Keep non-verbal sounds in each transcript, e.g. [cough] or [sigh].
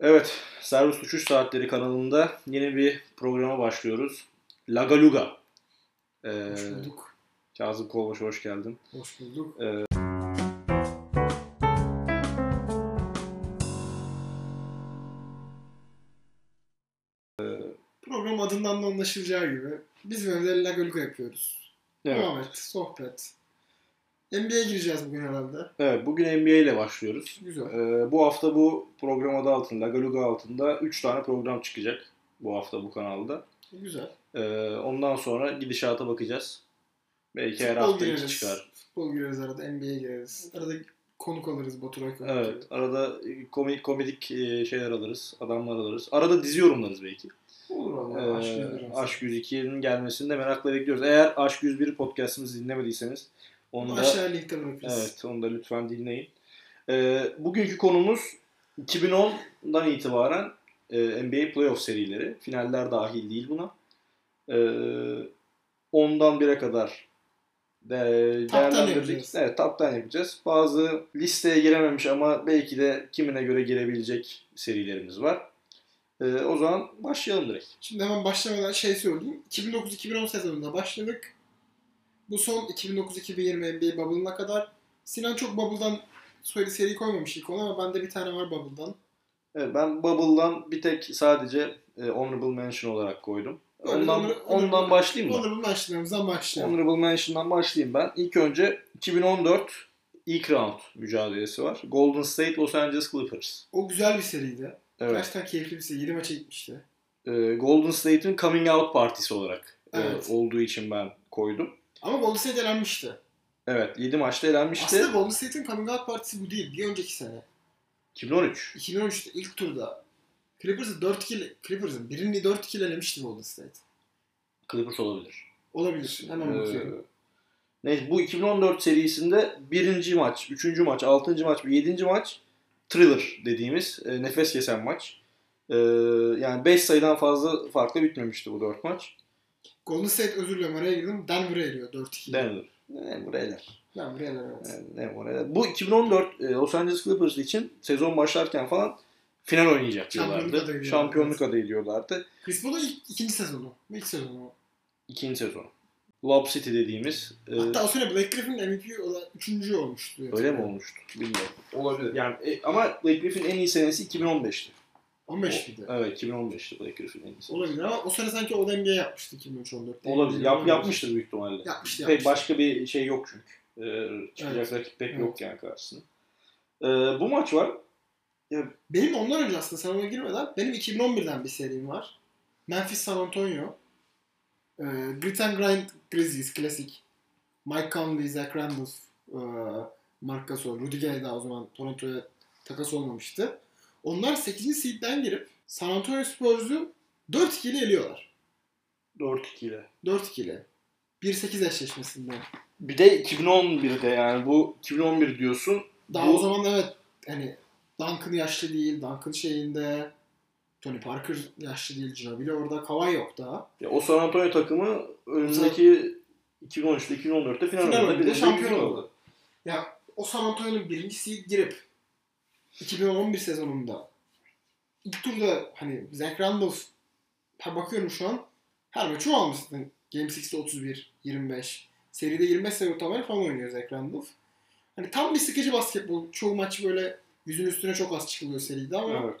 Evet, Servis Uçuş Saatleri kanalında yeni bir programa başlıyoruz. Lagaluga. Ee, Hoş bulduk. Kazım Kolbaş hoş geldin. Hoş bulduk. Ee, Program adından da anlaşılacağı gibi biz böyle lagolgo yapıyoruz. Evet, Muhabbet, sohbet. NBA'ye gireceğiz bugün herhalde. evet bugün NBA ile başlıyoruz. Güzel. Ee, bu hafta bu program adı altında, Lagaluga altında 3 tane program çıkacak bu hafta bu kanalda. Güzel. Ee, ondan sonra gidişata bakacağız. Belki her Futbol hafta iki gireriz. çıkar. Futbol gireriz arada, NBA'ye gireriz. Arada konuk alırız Baturay konuk. Evet, arada komik, komedik e, şeyler alırız, adamlar alırız. Arada dizi yorumlarız belki. Olur valla. aşk Ee, yedirir aslında. Aşk 102'nin gelmesini de merakla bekliyoruz. Eğer Aşk 101 podcastımızı dinlemediyseniz onu da, Aşağı linkte bırakırız. evet, onu da lütfen dinleyin. Ee, bugünkü konumuz 2010'dan itibaren e, NBA playoff serileri. Finaller dahil değil buna. Ee, 10'dan 1'e kadar de, Top 10 değerlendirdik. yapacağız. Evet, top 10 yapacağız. Bazı listeye girememiş ama belki de kimine göre girebilecek serilerimiz var. Ee, o zaman başlayalım direkt. Şimdi hemen başlamadan şey söyleyeyim. 2009-2010 sezonunda başladık. Bu son 2009-2020 NBA Bubble'ına kadar. Sinan çok Bubble'dan seri, seri koymamış ilk ona ama bende bir tane var Bubble'dan. Evet, ben Bubble'dan bir tek sadece e, Honorable Mention olarak koydum. Öyle ondan honorable- ondan honorable- başlayayım mı? Onları başlayalımızdan başlayalım. Honorable Mention'dan başlayayım ben. İlk önce 2014 ilk round mücadelesi var. Golden State Los Angeles Clippers. O güzel bir seriydi. Evet. Gerçekten keyifli bir seri. 7 maça gitmişti. e, Golden State'in coming out partisi olarak e, Evet. olduğu için ben koydum. Ama Golden State elenmişti. Evet 7 maçta elenmişti. Aslında Golden State'in coming out partisi bu değil. Bir önceki sene. 2013. 2013'te ilk turda Clippers'ı 4-2 ile- Clippers'ın birini 4-2 ile elemişti Golden State. Clippers olabilir. Olabilir. Hemen Ee, bakıyorum. Neyse bu 2014 serisinde birinci maç, üçüncü maç, altıncı maç ve yedinci maç thriller dediğimiz e, nefes kesen maç. E, yani 5 sayıdan fazla farkla bitmemişti bu dört maç. Golden State özür dilerim araya girdim. Denver'a eliyor 4-2. Denver. Denver eler. Denver elendi, evet. Yani Denver eler. Bu 2014 e, Los Angeles Clippers için sezon başlarken falan final oynayacak Şampiyonluk adayı diyorlardı. diyorlar, Şampiyonluk adayı diyorlardı. Chris Paul'un ilk, ikinci sezonu. Bu İlk sezonu. İkinci sezon. Lob City dediğimiz. e, Hatta o sene Black Griffin'in MVP olan üçüncü olmuştu. öyle mi olmuştu? Bilmiyorum. Olabilir. Yani e, ama Blake Griffin en iyi senesi 2015'ti. 15 miydi? Evet 2015'te Blake Griffin en iyisi. Olabilir ama o sene sanki o da NBA yapmıştı 2013-14'te. Olabilir. Yap, yapmıştır büyük ihtimalle. Yapmıştı Pek yapmıştı. başka bir şey yok çünkü. Ee, çıkacak Evet. rakip pek Evet. yok yani karşısında. Ee, bu maç var. Benim ondan önce aslında sen ona girmeden benim 2011'den bir serim var. Memphis San Antonio. Ee, Grit and Grind Grizzlies klasik. Mike Conley, Zach Randolph, ee, Mark Gasol, Rudy Gay daha o zaman Toronto'ya takas olmamıştı. Onlar 8. seed'den girip San Antonio Spurs'u 4-2 ile eliyorlar. 4-2 ile. 4-2 ile. 1-8 eşleşmesinde. Bir de 2011'de yani bu 2011 diyorsun. Daha Bu- o zaman evet hani Duncan yaşlı değil, Duncan şeyinde Tony Parker yaşlı değil, Ginobili orada, Kawhi yok daha. Ya o San Antonio takımı önümüzdeki 2013'te 2014'te final Final oynadı. oynadı, Bir de şampiyon şampiyon oldu. oldu. Ya o San Antonio'nun birinci seed girip 2011 sezonunda ilk turda hani Zach Randolph ha bakıyorum şu an her maçı o almıştı. Game 6'de 31, 25. Seride 25 sayı ortamları falan oynuyor Zach Randolph. Hani tam bir sıkıcı basketbol. Çoğu maç böyle yüzün üstüne çok az çıkılıyor seride ama Evet.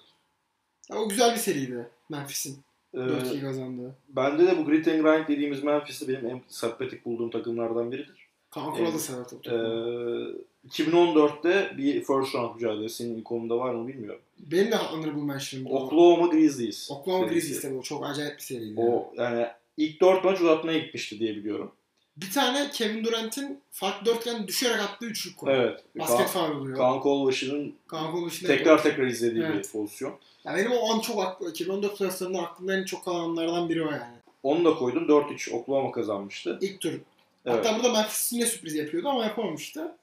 ya o güzel bir seriydi Memphis'in. Ee, 4-2 kazandı. bende de bu Grit and Grind dediğimiz Memphis'i benim en sempatik bulduğum takımlardan biridir. Kaan Evet. Kural da sever top Ee, topu. 2014'te bir first round mücadelesinin ilk onunda var mı bilmiyorum. Benim de honorable mention'ım. bu. Oklahoma Grizzlies. Oklahoma serisi. Grizzlies de bu. Çok acayip bir seriydi. O yani ilk 4 maç uzatmaya gitmişti diye biliyorum. Bir tane Kevin Durant'in farklı dörtgen düşerek attığı üçlük konu. Evet. Basket Ka- faul oluyor. Kaan Kolbaşı'nın Kaan Kolun içinde- tekrar tekrar izlediği Evet. bir pozisyon. Ya benim o an çok aklı, 2014 playofflarında aklımda en çok kalanlardan biri o yani. Onu da koydum. 4-3 Oklahoma kazanmıştı. İlk tur. Evet. Hatta burada Memphis yine sürpriz yapıyordu ama yapamamıştı.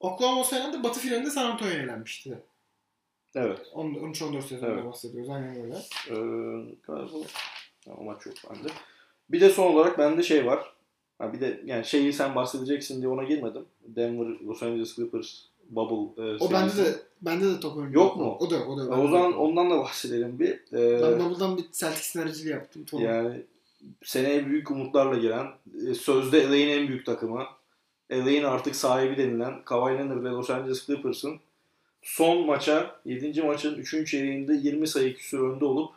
Oklahoma o sene de Batı finalinde San Antonio'ya elenmişti. Evet. Onun- 13-14 sezonunda Evet. bahsediyoruz. Aynen öyle. Ee, galiba ha, o maç yok bende. Bir de son olarak bende şey var. Ha, bir de yani şeyi sen bahsedeceksin diye ona girmedim. Denver Los Angeles Clippers Bubble e, O bende serisi. de bende de top oyuncu. Yok mu? O da yok, o da. yok. E, O zaman ondan da bahsedelim bir. E, ben Bubble'dan bir Celtics sinerjili yaptım. Tom. yani seneye büyük umutlarla giren, e, sözde LA'nin en büyük takımı, LA'nin artık sahibi denilen Kawhi Leonard ve Los Angeles Clippers'ın son maça, 7. maçın 3. çeyreğinde 20 sayı küsur önde olup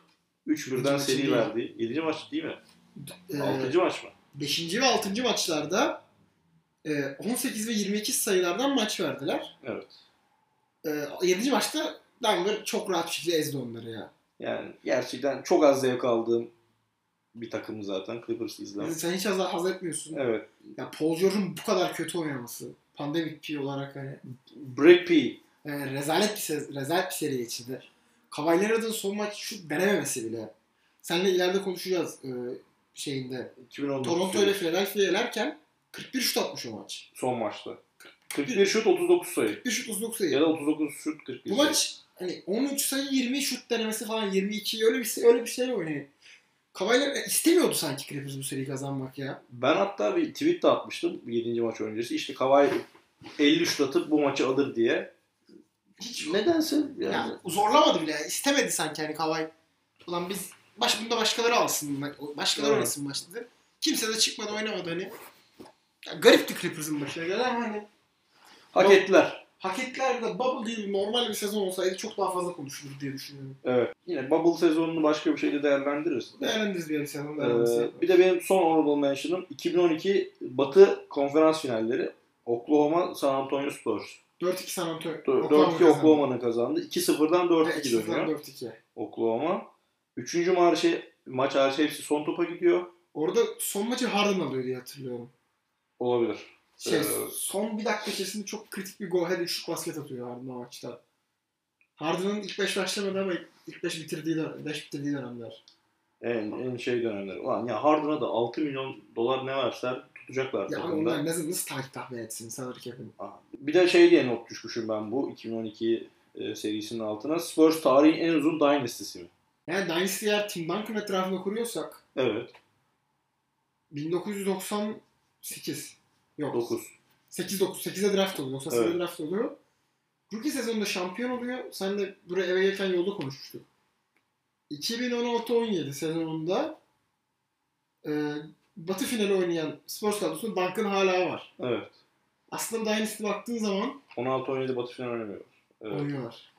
3 birden maçı seri değil. verdi. 7. maç değil mi? Ee, 6. maç mı? Beşinci ve altıncı maçlarda e, 18 ve 22 sayılardan maç verdiler. Evet. E, yedinci maçta Denver çok rahat bir şekilde ezdi onları ya. Yani gerçekten çok az zevk aldığım bir takım zaten Clippers izlemek. Yani sen hiç az daha haz etmiyorsun. Evet. Ya Paul George'un bu kadar kötü oynaması. Pandemik P olarak hani. Break P. e, rezalet bir, se- rezalet bir seri geçirdi. Kawhi Leonard'ın son maç şu denememesi bile. Seninle ileride konuşacağız e, şeyinde. 2019 Toronto ile serisi. Philadelphia'yı elerken 41 şut atmış o maç. son maçta. 41 şut 39 sayı. 41 şut 39 Ya sayı. da 39 şut 41 Bu sayı. maç hani 13 sayı 20 şut denemesi falan 22 öyle bir öyle bir şey şeyler oynuyor. Kawhi Leonard e, istemiyordu sanki Clippers bu seriyi kazanmak ya. Ben hatta bir tweet de atmıştım 7. maç öncesi. İşte Kawhi 50 şut atıp bu maçı alır diye. Hiç Nedense yani. yani zorlamadı bile. İstemedi sanki hani Kawhi. Ulan biz baş bunda başkaları alsın. Başkaları Evet. oynasın maçta. dedi. Kimse de çıkmadı oynamadı hani. Ya, garipti Clippers'ın başına gelen ama hani Hak ettiler. hak ettiler de bubble değil normal bir sezon olsaydı çok daha fazla konuşulur diye düşünüyorum. Evet. Yine bubble sezonunu başka bir şeyle değerlendiririz. Değerlendiririz bir sezon. değerlendiririz. Ee, bir de benim son honorable mention'ım 2012 Batı konferans finalleri. Oklahoma San Antonio Spurs. 4-2 San Antonio. 4-2 Oklahoma'nın kazandı. 2-0'dan 4-2 4-2 dönüyor 4-2. Oklahoma. Üçüncü maç, maç hariç hepsi son topa gidiyor. Orada son maçı Harden alıyor diye hatırlıyorum. Olabilir. Şey, Ee, son bir dakika içerisinde çok kritik bir go ahead üçlük basket atıyor Harden o maçta. Harden'ın ilk 5 başlamadı ama ilk 5 bitirdiği, dön- beş bitirdiği dönemler. En, en şey dönemler. Ulan ya Harden'a da 6 milyon dolar ne verseler tutacaklar Ya ama takımda. onlar nasıl, nasıl takip tahmin etsin sanır ki yapın. Aa, Bir de şey diye not düşmüşüm ben bu 2012 e, serisinin altına. Spurs tarihin en uzun dynasty'si mi? Yani Dynasty eğer Tim Duncan etrafında kuruyorsak Evet. 1998 yok 9. 8-9 8'e draft oluyor. 98'e Evet. draft oluyor. Rookie sezonunda şampiyon oluyor. Sen de buraya eve gelirken yolda konuşmuştuk. 2016-17 sezonunda e, Batı finali oynayan Spurs kadrosunda Duncan hala var. Evet. Aslında Dynasty baktığın zaman 16-17 Batı final oynamıyor. Evet. oynuyorlar.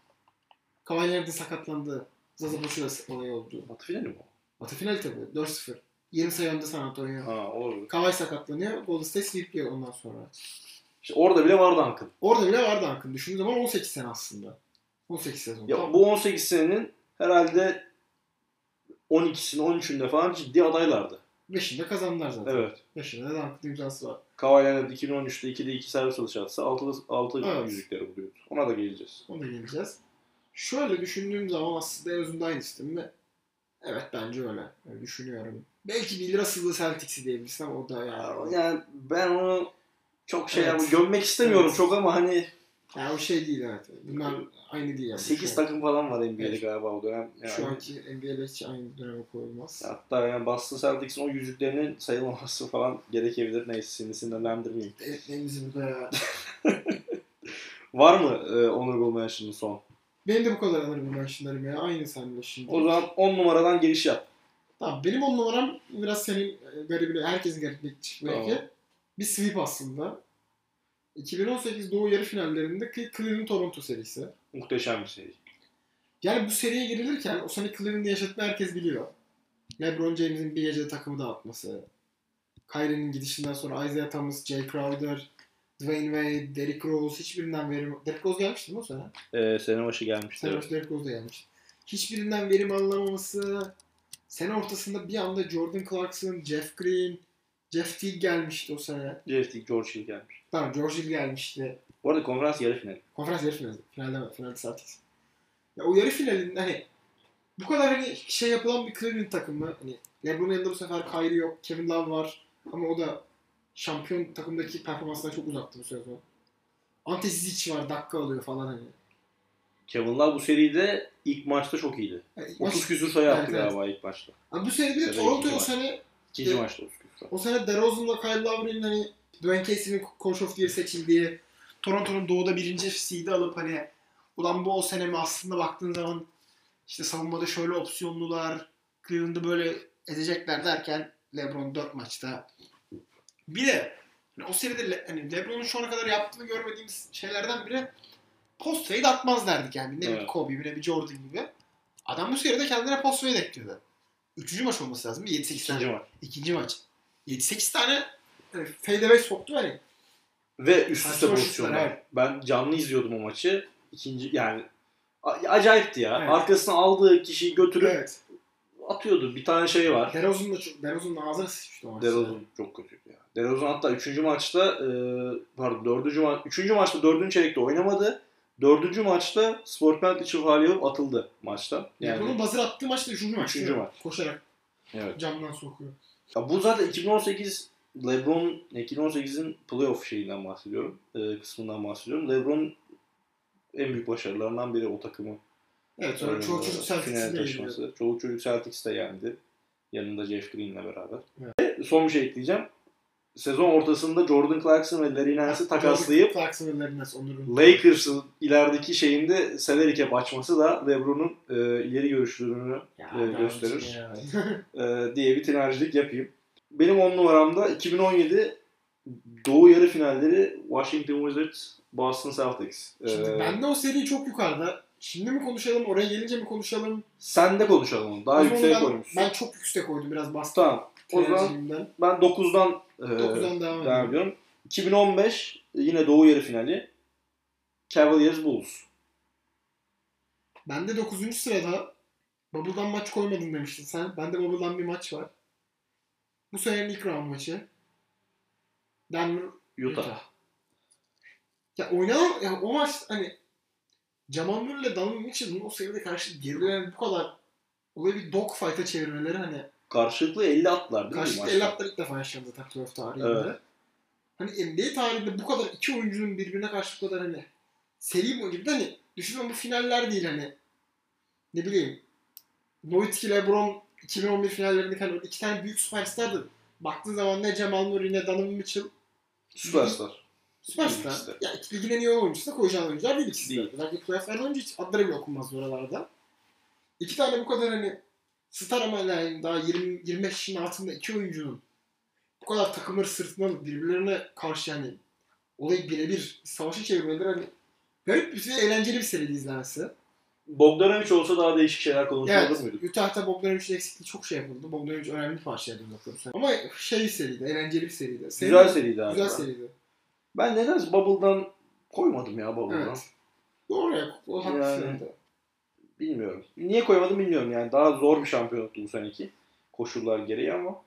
Cavalier'de sakatlandığı Zaza Boşu'da olay oldu. Batı finali mi o? Batı finali tabii 4-0. 20 sayı önde San Antonio. Ha olabilir. Kawhi sakatlanıyor. Golden State sweepliyor ondan sonra. İşte orada bile var Duncan. Orada bile vardı Duncan. Düşündüğün zaman 18 sene aslında. 18 sezon. Ya Tam- bu 18 senenin herhalde 12'sini 13'ünde falan ciddi adaylardı. Beşinde kazandılar zaten. Evet. Beşinde de Duncan imzası var. Kawhi Leonard 2013'te 2'de 2 servis alışı atsa 6, 6 Evet. yüzükleri buluyordu. Ona da geleceğiz. Ona geleceğiz. Şöyle düşündüğüm zaman aslında en azından aynı sistem mi? Evet bence öyle. Öyle düşünüyorum. Belki 1 lira sızlı Celtics'i diyebilirsin ama o da yani. Ee, Yani ben onu çok şey Evet. ama gömmek istemiyorum Evet. çok ama hani Yani o şey değil evet. Bunlar aynı değil yani. 8 Şu- takım falan var NBA'de şey Evet. galiba o dönem. Yani. Şu anki NBA'de hiç aynı döneme koyulmaz. Hatta yani Boston Celtics'in o yüzüklerinin sayılmaması falan gerekebilir. Neyse seni sinirlendirmeyeyim. Etmemizi burada ya. Var mı e, Honorable Mention'ın son? Benim de bu kadar anırım ben şunlarım ya. Aynı seninle şimdi. O zaman 10 numaradan giriş yap. Tamam benim on numaram biraz senin e, garibine, herkesin garibine gidecek belki. Tamam. Bir sweep aslında. 2018 Doğu yarı finallerinde Cle- Cleveland Toronto serisi. Muhteşem bir seri. Yani bu seriye girilirken o sene Cleveland'ı yaşattığını herkes biliyor. LeBron James'in bir gecede takımı dağıtması. Kyrie'nin gidişinden sonra Isaiah Thomas, Jay Crowder, Dwayne Wade, Derrick Rose hiçbirinden verim... Derrick Rose gelmişti değil mi o sene? E, sene başı gelmişti. Sene başı Derrick Rose da gelmiş. Hiçbirinden verim alınamaması. Sene ortasında bir anda Jordan Clarkson, Jeff Green, Jeff Teague gelmişti o sene. JFT George Hill gelmiş. Tamam George Hill gelmişti. Bu arada konferans yarı finali. Konferans yarı finali. Finalde mi? Finalde Celtics. Ya o yarı finalinde hani bu kadar hani şey yapılan bir Cleveland takımı. Hani LeBron'un yanında bu sefer Kyrie yok. Kevin Love var. Ama o da şampiyon takımdaki performansından çok uzaktı bu sezon. Ante Zizic var. Dakika alıyor falan hani. Kevin Love bu seride ilk maçta çok iyiydi. Yani 30 küsur sayı Evet, attı evet. Şey- galiba ilk maçta. Ama bu sene bir de Sene Toronto ikinci o maç. sene İkinci Evet. maçta 30 küsur. O sene DeRozan'la Kyle Lowry'nin hani Dwayne Casey'nin Coach of the Year seçildiği Toronto'nun doğuda birinci FC'yi de alıp hani ulan bu o sene mi aslında baktığın zaman işte savunmada şöyle opsiyonlular Cleveland'ı böyle ezecekler derken LeBron 4 maçta bir de hani o seride Le- hani LeBron'un şu ana kadar yaptığını görmediğimiz şeylerden biri post fade atmaz derdik yani. Ne bir Evet. Kobe, ne bir Jordan gibi. Adam bu seride kendine post fade ekliyordu. Üçüncü maç olması lazım. 7-8 tane. İkinci maç. İkinci maç. 7-8 tane e, fadeaway soktu hani. Ve üst üste Saçma şutlar, pozisyonlar. evet. Ben canlı izliyordum o maçı. İkinci yani a- acayipti ya. Evet. Arkasına aldığı kişiyi götürüp Evet. atıyordu. Bir tane şey var. Derozun da çok, Derozun ağzına sıçmıştı o maçta. Derozun çok kötüydü ya. Derozun hatta 3. maçta e, pardon 4. maç 3. maçta 4. çeyrekte oynamadı. 4. maçta Sportment için faal yapıp atıldı maçta. Yani, Yani bunu bazır attığı maç da üçüncü maç. Üçüncü değil mi? maç. Koşarak evet. camdan sokuyor. Ya bu zaten 2018 LeBron 2018'in playoff şeyinden bahsediyorum. e, kısmından bahsediyorum. LeBron'un en büyük başarılarından biri o takımı Evet sonra Ee, çoğu çocuk finale Celtics'in de geliyor. taşıması. Çoluk çocuk Celtics de yendi. Yanında Jeff Green'le beraber. Ve son bir şey ekleyeceğim. Sezon ortasında Jordan Clarkson ve Larry Nance'i takaslayıp Clarkson ve Lernes onların. Lakers'ın ilerideki şeyinde salary cap açması da LeBron'un e, ileri görüşlülüğünü Ya, e, daha gösterir. önce ya. e, diye bir tinercilik yapayım. Benim 10 numaramda 2017 Doğu yarı finalleri Washington Wizards, Boston Celtics. E, Şimdi ben de o seri çok yukarıda. Şimdi mi konuşalım, oraya gelince mi konuşalım? Sen de konuşalım onu. Daha O zaman yüksek ben, koymuşsun. Ben çok yükseğe koydum biraz bastım. Tamam. O zaman ben 9'dan, e, 9'dan devam devam ediyorum. ediyorum. 2015 yine Doğu yarı finali. Cavaliers Bulls. Ben de 9. sırada Bubble'dan maç koymadın demiştin sen. Bende Bubble'dan bir maç var. Bu senenin ilk round maçı. Denver Utah. Utah. Ya oynanan ya o maç hani Jamal Murray ile Donovan Mitchell'ın o seviyede karşı gerilen bu kadar olayı bir dog fight'a çevirmeleri hani Karşılıklı 50 attılar değil mi karşılıklı maçta? el atlar ilk defa yaşandı zaten playoff tarihinde. Evet. Hani NBA tarihinde bu kadar iki oyuncunun birbirine karşı bu kadar hani seri boyunca bir de hani düşünün bu finaller değil hani ne bileyim Nowitzki LeBron 2011 finallerinde hani iki tane büyük süperstardı. Baktığın zaman ne Jamal Murray ne Donovan Mitchell Süperstar. Süperstar. İkisi de. Ya iki ligin en iyi oyuncusu da koyacağın oyuncular değil ikisi de. Değil. Özellikle playofflardan önce hiç adları bile okunmaz oralarda. İki tane bu kadar hani star ama yani daha 20, 25 yaşının altında iki oyuncunun bu kadar takımları sırtına alıp birbirlerine karşı yani olayı birebir savaşa çevirmeleri hani garip bir ve eğlenceli bir seri izlenmesi. Bogdanovic olsa daha değişik şeyler konuşulur Evet. muydu? Utah'ta Bogdanovic'in eksikliği çok şey yapıldı. Bogdanovic önemli parçaydı bu noktada. Ama şey seriydi, eğlenceli bir seriydi. Seri- Güzel seriydi abi. Güzel seriydi. Ben nedense Bubble'dan koymadım ya Bubble'dan. Evet. Doğru ya. O haklısın. Yani- orada. Bilmiyorum. Niye koymadım bilmiyorum yani. Daha zor bir şampiyonluktu bu seneki. Koşullar gereği ama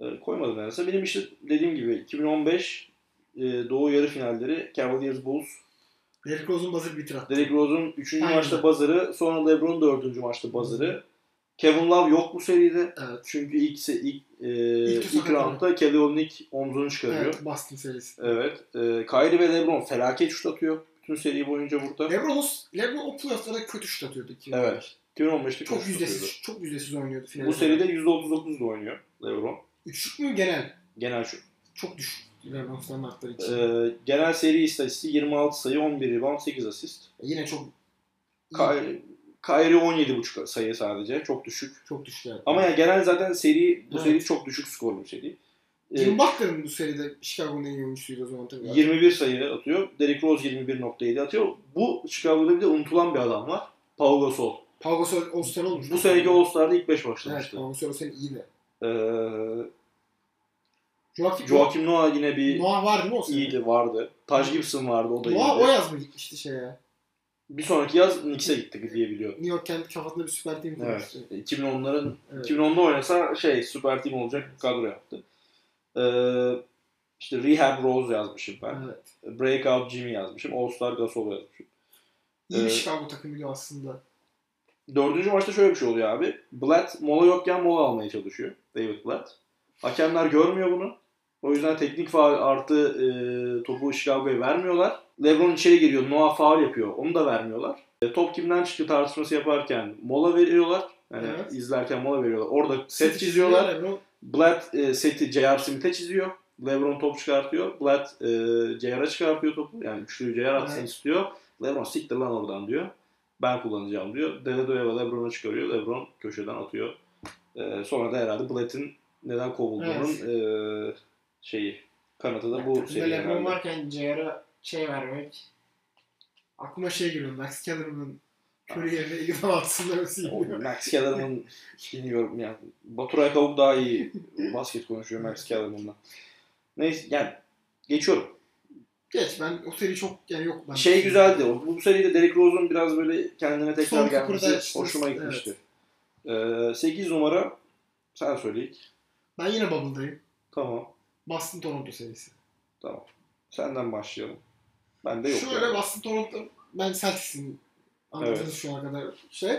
e, koymadım nedense. Benim işte dediğim gibi 2015 e, Doğu yarı finalleri Cavaliers Bulls Derrick Rose'un buzzer beater attı. Derrick Rose'un 3. Aynen. maçta buzzer'ı, sonra LeBron'un 4. maçta buzzer'ı. Kevin Love yok bu seride. Evet. Çünkü ilk se- ilk e, ilk, İlk sakatlığı. roundda Kelly Olynyk omzunu çıkarıyor. Evet, Boston serisi. Evet. E, Kyrie ve LeBron felaket şut atıyor bütün seri boyunca burada. LeBron, o, LeBron o playoff'larda kötü şut atıyordu ki. Evet. 2015'te Çok şut atıyordu. yüzdesiz, çok yüzdesiz oynuyordu finalde. Bu seride %39'da oynuyor LeBron. Üçlük mü genel? Genel şut. Çok düşük. LeBron standartları E, için. genel seri istatistiği 26 sayı, 11 rebound, 8 asist. Yine çok Ky- Kyrie 17.5 sayı sadece. Çok düşük. çok düştü. Evet. Ama yani genel zaten seri bu Evet. seri çok düşük skorlu bir seri. Ee, Jim Butler'ın bu seride Chicago'nun en iyi oyuncusuydu o zaman tabii. 21 sayı atıyor. Derrick Rose 21.7 atıyor. Bu Chicago'da bir de unutulan bir adam var. Pau Gasol. Pau Gasol All-Star olmuş. Bu seneki All-Star'da ilk 5 Evet, başlamıştı. Pau Gasol o sene iyiydi. Ee, Joakim, Joakim Noah yine bir Noah vardı mı o sene? iyiydi vardı. Taj Gibson vardı o da Noah o iyiydi. yaz mı gitmişti şeye? Bir sonraki yaz Knicks'e Ee, gitti diye biliyorum. New York kendi kafasında bir süper team Evet. kurmuştu. 2010'ların Evet. 2010'da oynasa şey süper team olacak kadro yaptı. Ee, işte Rehab Rose yazmışım ben. evet. Breakout Jimmy yazmışım. All Star Gasol yazmışım. İyi Ee, bir Chicago takımıydı aslında. Dördüncü maçta şöyle bir şey oluyor abi. Blatt mola yokken mola almaya çalışıyor. David Blatt. Hakemler görmüyor bunu. O yüzden teknik faul artı e, topu Chicago'ya vermiyorlar. Lebron içeri giriyor. Noah faul yapıyor. Onu da vermiyorlar. E, top kimden çıktı tartışması yaparken mola veriyorlar. Yani Evet. izlerken mola veriyorlar. Orada set çiziyorlar. Lebron Blatt e, seti J.R. Smith'e çiziyor. LeBron top çıkartıyor. Blatt e, J.R.'a çıkartıyor topu. Yani üçlüyü J.R. atsın Evet. istiyor. LeBron siktir lan oradan diyor. Ben kullanacağım diyor. Dededoeva LeBron'a çıkarıyor. LeBron köşeden atıyor. E, sonra da herhalde Blatt'in neden kovulduğunun e, şeyi kanıtı da bu Takımda seri Lebron herhalde. varken JR'a şey vermek. Aklıma şey geliyor. Max Kellerman'ın Curry'e ve Eagle altında ötesi O geliyor. Max Kellerman bilmiyorum yani. Baturay Kavuk daha iyi basket konuşuyor Max Kellerman'dan. Neyse yani geçiyorum. Geç ben o seri çok yani yok. Ben Şey güzeldi. O, bu seride Derrick Rose'un biraz böyle kendine tekrar Son kıpırda gelmesi işte, hoşuma evet. gitmişti. 8 numara sen söyle ilk. Ben yine Bubble'dayım. Tamam. Boston Toronto serisi. Tamam. Senden başlayalım. Ben de yok. Şöyle yani. Boston Toronto ben Celtics'in anladığınız Evet. şu ana kadar şey.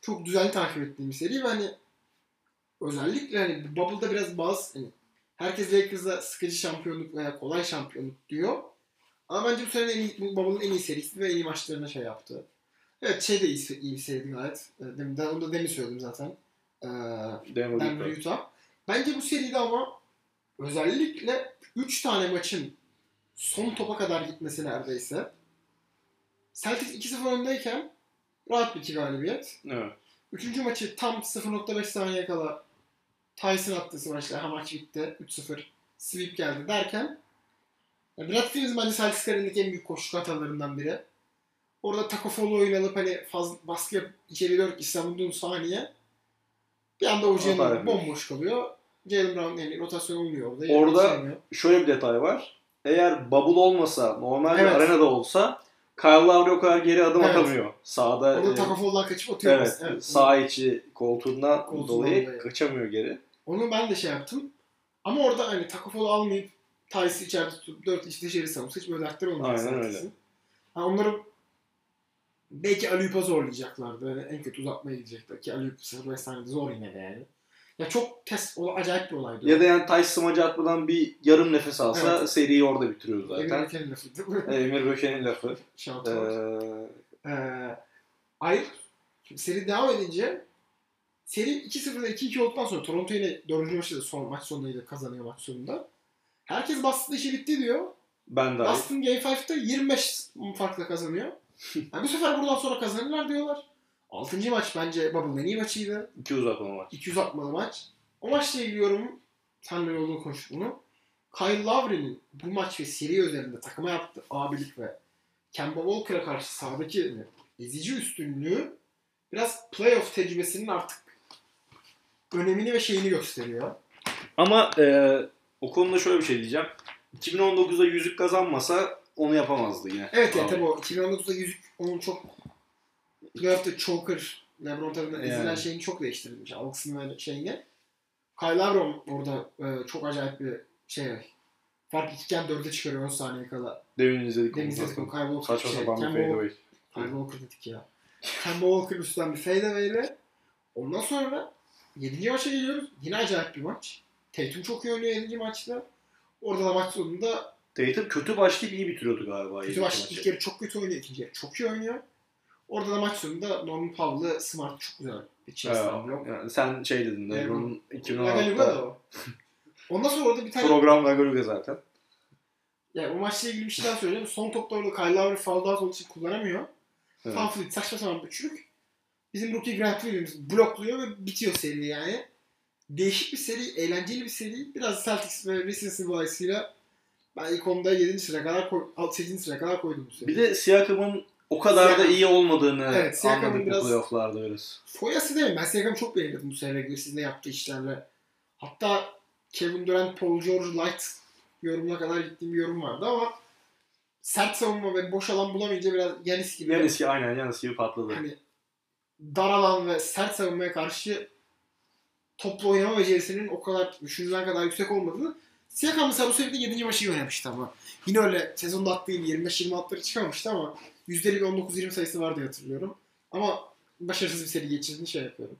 Çok düzenli takip ettiğim bir seri ve hani özellikle hani Bubble'da biraz bazı hani herkes Lakers'a sıkıcı şampiyonluk veya kolay şampiyonluk diyor. Ama bence bu sene en iyi, bu Bubble'ın en iyi serisi ve en iyi maçlarına şey yaptı. Evet şey de iyi, iyi bir seriydi gayet. Ee, Demin, ben onu da demin söyledim zaten. Ee, Denver Denver Utah. Utah. Bence bu seride ama özellikle 3 tane maçın son topa kadar gitmesi neredeyse. Celtics 2-0 öndeyken rahat bir iki galibiyet. Evet. Üçüncü maçı tam 0.5 saniye kala Tyson attı smaçla. Ha maç bitti. 3-0. Sweep geldi derken ya Brad Stevens bence Celtics kariyerindeki en büyük koşu hatalarından biri. Orada Taco Fall oyun alıp hani fazla baskı yap, içeri dört kişi savunduğun saniye bir anda Hata OG'nin yapıyor. bomboş kalıyor. Jalen Brown yani rotasyon olmuyor orada. Orada- yetişemiyor. Şöyle bir detay var. Eğer bubble olmasa, normal Evet. bir arenada olsa Kyle Lowry o kadar geri adım Evet. atamıyor. Sağda Orada e, Taco Fall'dan kaçıp atıyor. Evet, mesela. sağ içi koltuğundan Koltuğundan dolayı dolayı. kaçamıyor geri. Onu ben de şey yaptım. Ama orada hani takafolu almayıp Tyson içeride tutup 4 içi dışarı savunsa hiç böyle dertler olmaz. Aynen Celtics'in. Ha, onları belki Alüp'e zorlayacaklardı. Yani en kötü uzatmaya gidecekler ki Alüp 0 saniyede zor yine de yani. Ya çok test, o acayip bir olaydı. Ya da yani taş smacı atmadan bir yarım nefes alsa Evet. seriyi orada bitiriyor Emir zaten. Öke'nin lafı [laughs] değil mi? Ee, [laughs] Emir Böke'nin lafı. Shout Ee, out. Ee, hayır. Şimdi seri devam edince seri 2-0'da 2-2 olduktan sonra Toronto yine 4. maçta da son maç sonunda yine kazanıyor maç sonunda. Herkes Boston'da işi bitti diyor. ben de aynı. Boston Game 5'te 25 farkla kazanıyor. Yani bu sefer buradan sonra kazanırlar diyorlar. 6. maç bence Bubble'ın en iyi maçıydı. iki uzatma maç. 200 atmalı maç. O maçla ilgili yorum senle yolunu konuş bunu. Kyle Lowry'nin bu maç ve seri özelinde takıma yaptığı abilik ve Kemba Walker'a karşı sahadaki ezici üstünlüğü biraz playoff tecrübesinin artık önemini ve şeyini gösteriyor. Ama e, o konuda şöyle bir şey diyeceğim. 2019'da yüzük kazanmasa onu yapamazdı yine. Evet ya Abi. tabii o 2019'da yüzük onun çok playoff'ta choker LeBron tarafından Yani. ezilen şeyini çok değiştirilmiş. Algısını ve şeyini. Kyle Lowry orada e, çok acayip bir şey var. Fark ikiken dörde çıkarıyor 10 saniye kala. Demin izledik onu Deniz zaten. Eskon, Kyle Walker. Saçma şey, sapan bir Kemba fadeaway. Kyle Walker dedik ya. Kemba Walker üstten bir fadeaway ile ondan sonra 7. maça geliyoruz. Yine acayip bir maç. Tatum çok iyi oynuyor 7. maçta. Orada da maç sonunda Tatum kötü başlayıp iyi bitiriyordu galiba. Kötü yedinci başladı. maçı. İlk yarı çok kötü oynuyor. ikinci yarı çok iyi oynuyor. Orada da maç sonunda Norman Powell'ı Smart çok güzel bir Evet. çeşitlen blok. Yani sen şey dedin. Evet. LeBron'un Lagaluga Ee, da 2016'da [laughs] o. Ondan sonra orada bir tane program Lagaluga zaten. yani o maçla ilgili bir şey daha söyleyeyim. Son topta orada Kyle Lowry foul out olduğu için kullanamıyor. Evet. Evet. saçma sapan bir çürük. Bizim rookie Grant Williams blokluyor ve bitiyor seri yani. Değişik bir seri, eğlenceli bir seri. Biraz Celtics ve Recency dolayısıyla ben ilk onda 7. sıra kadar, koy, 8. sıra kadar koydum bu seriyi. Bir de Siakam'ın o kadar da Siakam. iyi olmadığını Evet, Siakam'ın anladık biraz- bu playofflarda biraz. Foyası değil mi? Ben Siakam'ı çok beğendim bu sene Grizzlies'in de yaptığı işlerle. Hatta Kevin Durant, Paul George, Light yorumuna kadar gittiğim bir yorum vardı ama sert savunma ve boş alan bulamayınca biraz Yanis gibi Yanis ki aynen Yanis gibi patladı. hani dar alan ve sert savunmaya karşı toplu oynama becerisinin o kadar düşünülen kadar yüksek olmadığını Siakam mesela bu sefer 7. maçı iyi oynamıştı ama. Yine öyle sezonda attığı gibi 25-20 atları çıkarmıştı ama yüzdeli bir 19-20 sayısı vardı hatırlıyorum. Ama başarısız bir seri geçirdiğini şey yapıyorum.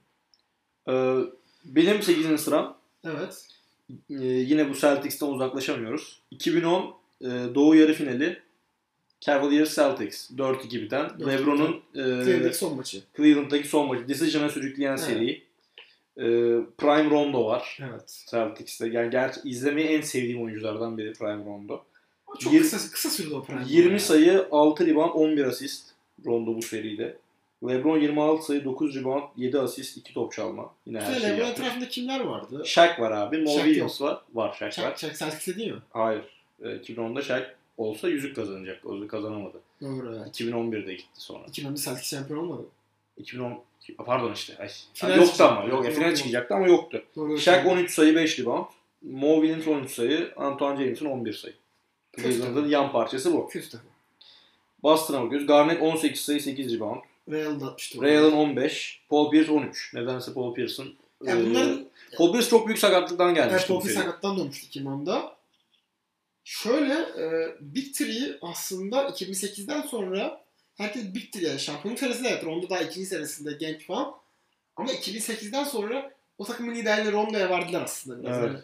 Ee, benim 8. sıram Evet. e, yine bu Celtics'ten uzaklaşamıyoruz. 2010 e, Doğu yarı finali Cavaliers Celtics 4-2 biten 4-2 LeBron'un e, Cleveland'daki son maçı. Cleveland'daki son maçı decision'a sürükleyen Evet. seri. Ee, Prime Rondo var. Evet. Celtics'te. Yani gerçi izlemeyi en sevdiğim oyunculardan biri Prime Rondo. O çok Yir- kısa, kısa sürdü o prime. 20 Yani. sayı, 6 rebound, 11 asist Rondo bu seride. LeBron 26 sayı, 9 rebound, 7 asist, 2 top çalma. Yine her şey Şöyle şeyi bu yapmış. etrafında kimler vardı? Shaq var abi. Mo Shaq Williams var. Var Shaq, Çak var. çak Celtics'e değil mi? Hayır. Ee, 2010'da Shaq olsa yüzük kazanacak. Yüzük kazanamadı. Doğru evet. 2011'de gitti sonra. 2010'da Celtics şampiyon olmadı. 2010 pardon işte. Ay. Final yoktu çıkacak. ama. Yok, e, Yok, final yok. çıkacaktı ama yoktu. Doğru. doğru. Shaq 13 sayı 5 rebound. Mo Williams 13 sayı. Antoine James'in 11 sayı. Cleveland'ın yan parçası bu. Kötü takım. Boston'a bakıyoruz. Garnett 18 sayı 8 rebound. Real'da 60 Rayal'ın 15. Paul Pierce 13. Nedense Paul Pierce'ın. Yani e, bunların Paul Pierce çok büyük sakatlıktan gelmişti. bu Ertuğrul seri. sakattan dönmüştü 2010'da. Şöyle e, Big Three aslında 2008'den sonra herkes Big Three yani şampiyonluk senesinde yaptı. Onda daha ikinci senesinde genç falan. Ama 2008'den sonra o takımın liderleri Rondo'ya vardılar aslında biraz. Evet. Yani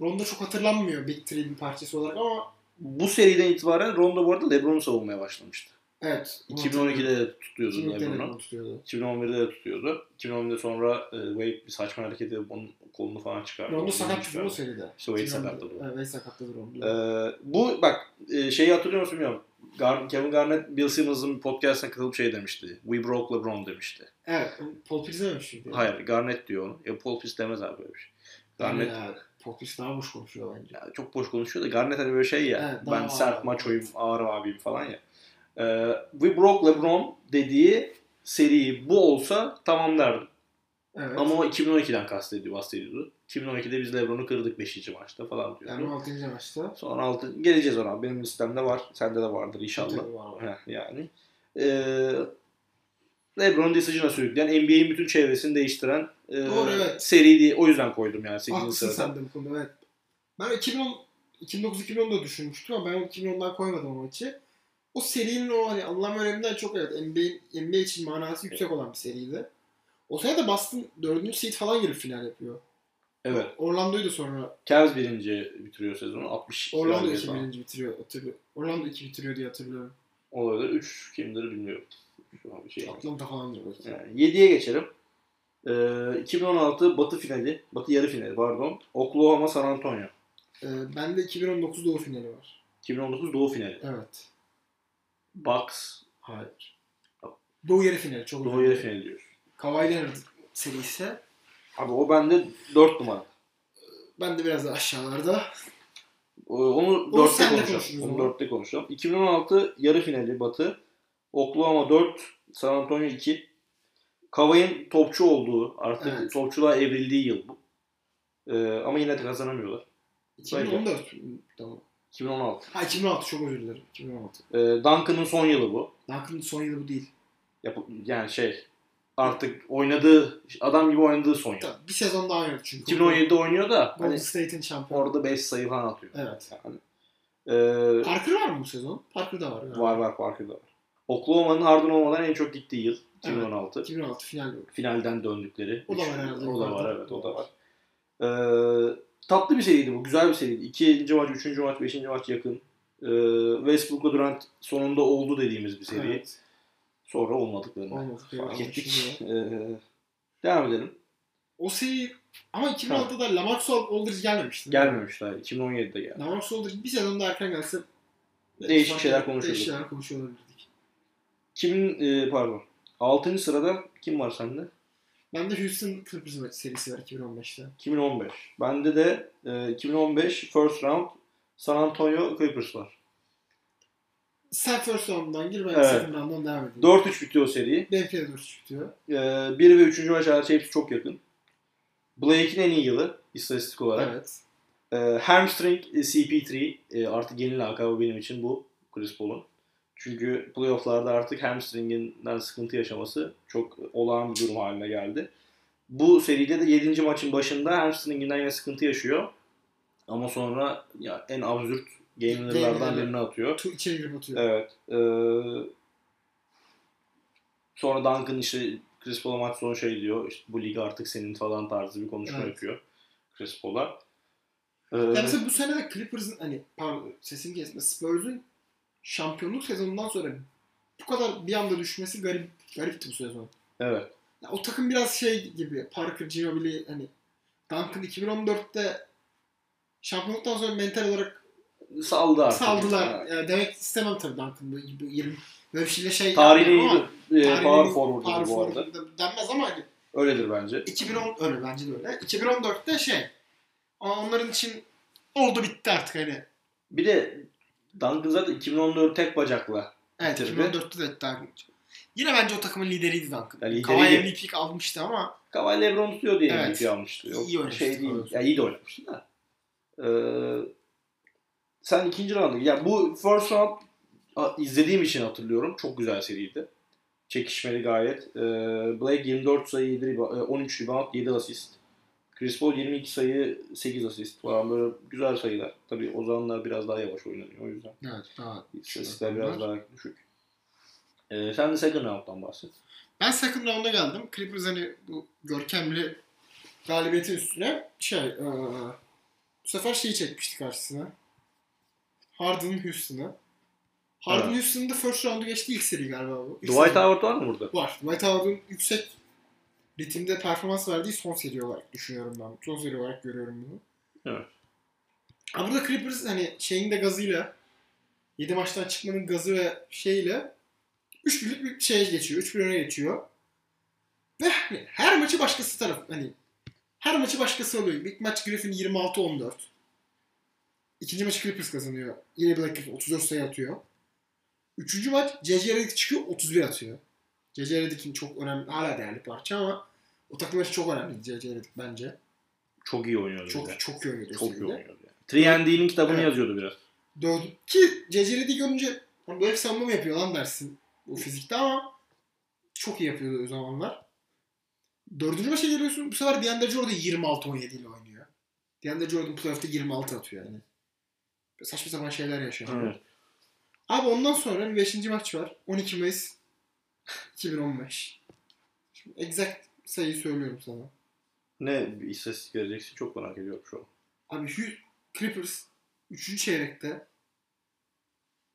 Rondo çok hatırlanmıyor Big Three'nin parçası olarak ama Bu seriden itibaren Rondo bu arada LeBron'u savunmaya başlamıştı. evet. 2012'de de tutuyordu 2012'de LeBron'u. LeBron tutuyordu. 2011'de de tutuyordu. 2011'de sonra e, Wade bir saçma hareket edip onun kolunu falan çıkardı. Rondo Onu sakat çıkardı. çıktı o seride. İşte Wade 2011'de. sakatladı. Evet, Wade sakatladı Rondo. Ee, bu bak e, şeyi hatırlıyor musun bilmiyorum. Gar- Kevin Garnett Bill Simmons'ın podcastına katılıp şey demişti. We broke LeBron demişti. Evet. Paul Pierce dememiş çünkü. Hayır Garnett diyor onu. Ya Paul Pierce demez abi böyle bir şey. Garnett Yani, Paul Pierce daha boş konuşuyor bence. ya çok boş konuşuyor da Garnett hani böyle şey ya. Evet, daha ben ağır sert abi. maçoyum, ağır abiyim falan ya. Ee, We broke LeBron dediği seri bu olsa tamam derdim. Evet. Ama o 2012'den kastediyor, bahsediyordu. 2012'de biz LeBron'u kırdık 5. maçta falan diyordu. Yani 16. maçta. Sonra altı, geleceğiz ona. Benim listemde var. Sende de vardır inşallah. Tabii var, var. Heh, yani. Ee, LeBron'u decision'a sürükleyen, NBA'in bütün çevresini değiştiren e, Doğru, evet. seri diye o yüzden koydum yani 8. Haklısın sırada. sen de bu konuda evet. Ben 2010 2009-2010'da düşünmüştüm ama ben 2010'dan koymadım o maçı. O serinin o hani anlam öneminden çok evet NBA'in NBA için manası yüksek olan bir seriydi. O sene de Boston 4. seed falan girip final yapıyor. Evet. Orlando'yu da sonra Cavs birinci bitiriyor sezonu. 60 Orlando galibiyet 2 falan. birinci bitiriyor hatırlıyorum. Orlando 2 bitiriyor diye hatırlıyorum. Olabilir. 3 kimdir bilmiyorum. Şu an bir şey. yok. Atlanta falandır belki. Yani 7'ye geçelim. Ee, 2016 Batı finali, Batı yarı finali pardon. Oklahoma San Antonio. Ee, bende 2019 Doğu finali var. 2019 Doğu finali. Evet. Bucks Hayır. Doğu yarı finali çok Doğu yarı finali diyor. Kawhi Leonard serisi. Abi o bende 4 numara. Ben de biraz daha aşağılarda. Ee, Onu Onu 4'te senle konuşalım. konuşuruz Onu onu. 4'te konuşalım. 2016 yarı finali Batı. Oklahoma 4, San Antonio 2. Kavay'ın topçu olduğu, artık Evet. topçuluğa evrildiği yıl bu. Ee, ama yine de kazanamıyorlar. 2014. Tamam. 2016. Ha 2016 çok özür dilerim. 2016. Ee, Duncan'ın son yılı bu. Duncan'ın son yılı bu değil. Yap- yani şey artık oynadığı adam gibi oynadığı son yıl. Tabii, bir sezon daha oynadı çünkü. 2017'de oynuyor da Golden hani State'in şampiyonu. orada 5 sayı falan atıyor. Evet. Yani. Ee, Parker var mı bu sezon? Parker da var. galiba. var var farkı da var. Oklahoma'nın ardın olmadan en çok gittiği yıl 2016. 2016 final yok. Finalden döndükleri. O da üç- var herhalde. O da var evet o da var. Ee, tatlı bir seriydi bu. Güzel bir seriydi. İkinci maç, üçüncü maç, beşinci maç yakın. Ee, Westbrook'la Durant sonunda oldu dediğimiz bir seri. Evet. Sonra olmadıklarını Olmadı. fark Yanlış ettik. biliyor. Ee, devam edelim. O seri ama 2016'da Lamarcus Aldridge gelmemişti. değil mi? Gelmemiş daha. 2017'de geldi. Lamarcus Aldridge bir sezon daha erken gelse Değişik farklı- şeyler konuşurduk. Değişik şeyler konuşuyor olabilirdik. Kimin e, pardon. 6. sırada kim var sende? Ben de Houston Clippers maçı serisi var 2015'te. 2015. Bende de e, 2015 first round San Antonio Clippers var. Sen first round'dan gir ben Evet. second round'dan devam edeyim. 4-3 bitiyor seri. Benimki de 4 çıkıyor. E, 1 ve 3. maç hariç hepsi çok yakın. Blake'in en iyi yılı istatistik olarak. Evet. E, hamstring e, CP3 e, artık yeni lakabı benim için bu Chris Paul'un. Çünkü playofflarda artık hamstringinden sıkıntı yaşaması çok olağan bir durum haline geldi. Bu seride de 7. maçın başında hamstringinden yine sıkıntı yaşıyor. Ama sonra ya en absürt gamerlardan Gamer'ı. birini atıyor. Tu içeri girip atıyor. Evet. e, sonra Duncan işte Chris Paul'a maç sonu şey diyor. işte bu lig artık senin falan tarzı bir konuşma Evet. yapıyor Chris Paul'a. E, Ya mesela bu sene de Clippers'ın hani pardon sesimi kesme Spurs'un şampiyonluk sezonundan sonra bu kadar bir anda düşmesi garip garipti bu sezon. Evet. Ya o takım biraz şey gibi Parker, Ginobili hani Duncan 2014'te şampiyonluktan sonra mental olarak Saldı artık. saldılar. Yani demek istemem tabii Duncan bu, bu 20 böyle bir şeyle şey Tarihli yapmıyorum ama iyi e, tarihli power bir forward'dır power bu arada. forward da denmez ama hani Öyledir bence. 2010 öyle bence de öyle. 2014'te şey ama onların için oldu bitti artık hani. Bir de Duncan zaten 2014 tek bacakla. Evet Bitirdi. 2014'te de hatta yine bence o takımın lideriydi Duncan. Ya lideriydi. Kawhi MVP almıştı ama Kawhi Lebron tutuyor diye Evet. MVP almıştı. Yok, İyi oynamıştı, Şey değil. doğru. Ya iyi de oynamıştı da. Ee, sen ikinci round'a ya bu first round a- izlediğim için hatırlıyorum. Çok güzel seriydi. Çekişmeli gayet. Ee, Blake 24 sayı, 7 riba- e, 13 rebound, 7 asist. Chris Paul 22 sayı, 8 asist falan böyle güzel sayılar. Tabii o zamanlar biraz daha yavaş oynanıyor o yüzden. Evet daha İstatistikler biraz daha düşük. Ee, sen de second round'dan bahset. Ben second round'a geldim. Clippers hani bu görkemli galibiyetin üstüne şey eee, bu sefer şeyi çekmişti karşısına. Harden'ın Houston'ı. Harden Evet. Houston'da first round'u geçti ilk seri galiba bu. İlk Dwight seri. Howard var mı burada? Var. Dwight Howard'ın yüksek ritimde performans verdiği son seri olarak düşünüyorum ben. Son seri olarak görüyorum bunu. Evet. Ama burada Clippers hani şeyin de gazıyla 7 maçtan çıkmanın gazı ve şeyle 3 birlik bir şeye geçiyor. 3 bir öne geçiyor. Ve hani her maçı başkası taraf hani her maçı başkası alıyor. İlk maç Griffin 26-14. İkinci maçı Clippers kazanıyor. Yine Black Griffin 34 sayı atıyor. Üçüncü maç C.C. Redick çıkıyor 31 atıyor. C.C. Redick'in çok önemli, hala değerli parça ama o takım için çok önemli C.C. Redick bence. Çok iyi oynuyordu. bir de. Çok çok iyi oynuyor. Çok iyi özellikle. oynuyordu yani. 3D'nin kitabını Evet. yazıyordu biraz. Dördü. Ki Ceceli'yi görünce "Lan bu herif savunma mı yapıyor lan dersin bu fizikte ama çok iyi yapıyordu o zamanlar. Dördüncü maça geliyorsun. Bu sefer DeAndre Jordan 26-17 ile oynuyor. DeAndre Jordan playoff'ta 26 atıyor yani. Böyle Saçma sapan şeyler yaşanıyor. Evet. Abi ondan sonra bir 5. maç var. 12 Mayıs [laughs] 2015. Şimdi exact sayıyı söylüyorum sana. Ne bir istatistik vereceksin çok merak ediyorum şu an. Abi Hugh Clippers 3. çeyrekte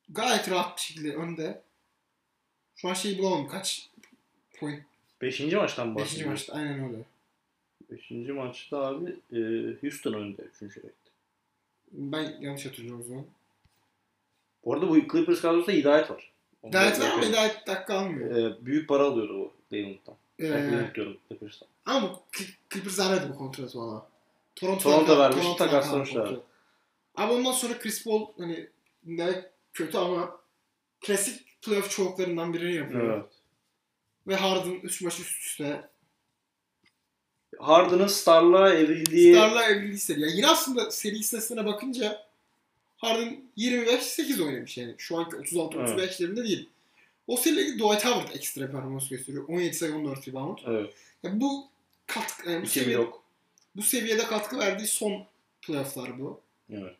gayet rahat bir şekilde önde. Şu an şeyi bulamam kaç point. Beşinci maçtan 5. bahsediyoruz. maçta aynen öyle. Beşinci maçta abi e, Houston önde üçüncü çeyrekte. Ben yanlış hatırlıyorum o zaman. Bu arada bu Clippers kadrosunda hidayet var. Onu da Hidayet var ama yapalım. Hidayet dakika almıyor. E, büyük para alıyordu o Leyland'dan. Ee, Ben Leyland diyorum Clippers'tan. ama bu Cl- Clippers vermedi bu kontratı valla. Toronto Toronto'ya vermiş, Toronto'ya takaslamışlar. kontrat. Abi ondan sonra Chris Paul hani ne kötü ama klasik playoff çoğuklarından birini yapıyor. Evet. Ve Harden 3 maç üst üste Harden'ın starlığa evrildiği Star'la evliliği seri. Yani yine aslında seri istatistiklerine bakınca Harden 25-8 oynamış yani. Şu anki 36-35'lerinde değil. O seriyle ilgili Dwight Howard ekstra performans gösteriyor. 17 sayı 14 rebound. evet, Yani bu katkı, yani bu, iki seviye, blok. bu seviyede katkı verdiği son playofflar bu. Evet.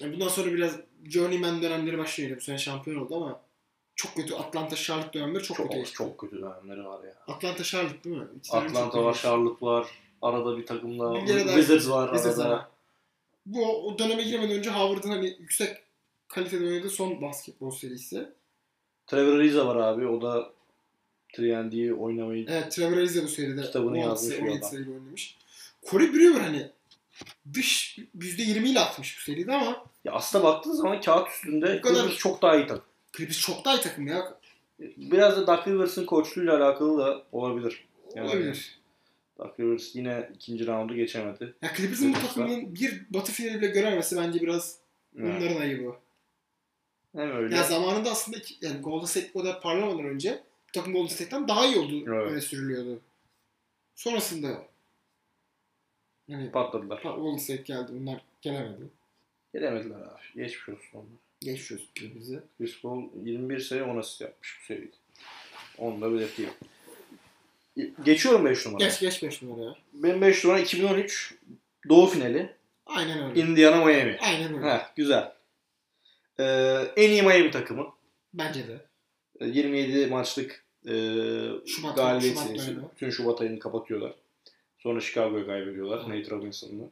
Yani bundan sonra biraz journeyman dönemleri başlıyor. Bu sene şampiyon oldu ama çok kötü. Atlanta Charlotte dönemleri çok, Çok, kötü. çok, geçti. kötü dönemleri var ya. Atlanta Charlotte değil mi? İkisi de çok Atlanta kötü var, geçti. Charlotte var. Arada bir takım daha. Bir yere daha- Wizards var Bize zarar. arada. Bu o o döneme girmeden önce Howard'ın hani yüksek kalitede oynadığı son basketbol serisi. Trevor Ariza var abi. O da 3D'yi oynamayı Evet Trevor Ariza bu seride Kitabını 16 yazmış sayı, bu 17 adam. sayıyla oynamış. Corey Brewer hani dış %20 ile atmış bu seride ama Ya aslında baktığın zaman kağıt üstünde Bu kadar- Clippers çok daha iyi takım. Clippers çok daha iyi takım ya. Biraz da Doug Rivers'ın koçluğuyla alakalı da olabilir. Yani Olabilir. Doug Rivers yine ikinci roundu geçemedi. Ya Clippers'ın bu Clippers takımının bir batı finali bile görememesi bence biraz Yani, onların ayıbı. hem öyle. Ya zamanında aslında iki- yani Golden State bu kadar parlamadan önce bu takım Golden State'ten daha iyi oldu Evet. öne sürülüyordu. Sonrasında yani Patladılar. Golden State geldi. Bunlar gelemedi. Gelemediler abi. Geçmiş olsun onlar. Geçiyoruz birbirimize. Chris Paul 21 sayı 10 asist yapmış bu seride. Onu da belirteyim. Geçiyorum 5 numaraya. Geç geç 5 numaraya. Benim 5 numara 2013 Doğu finali. Aynen öyle. Indiana Miami. Aynen öyle. Heh, güzel. Ee, en iyi Miami takımı. Bence de. Ee, 27 maçlık e, Şubat, galibiyet Şubat serisi. dönemi. Tüm Şubat ayını kapatıyorlar. Sonra Chicago'ya kaybediyorlar. Evet. Nate Robinson'la.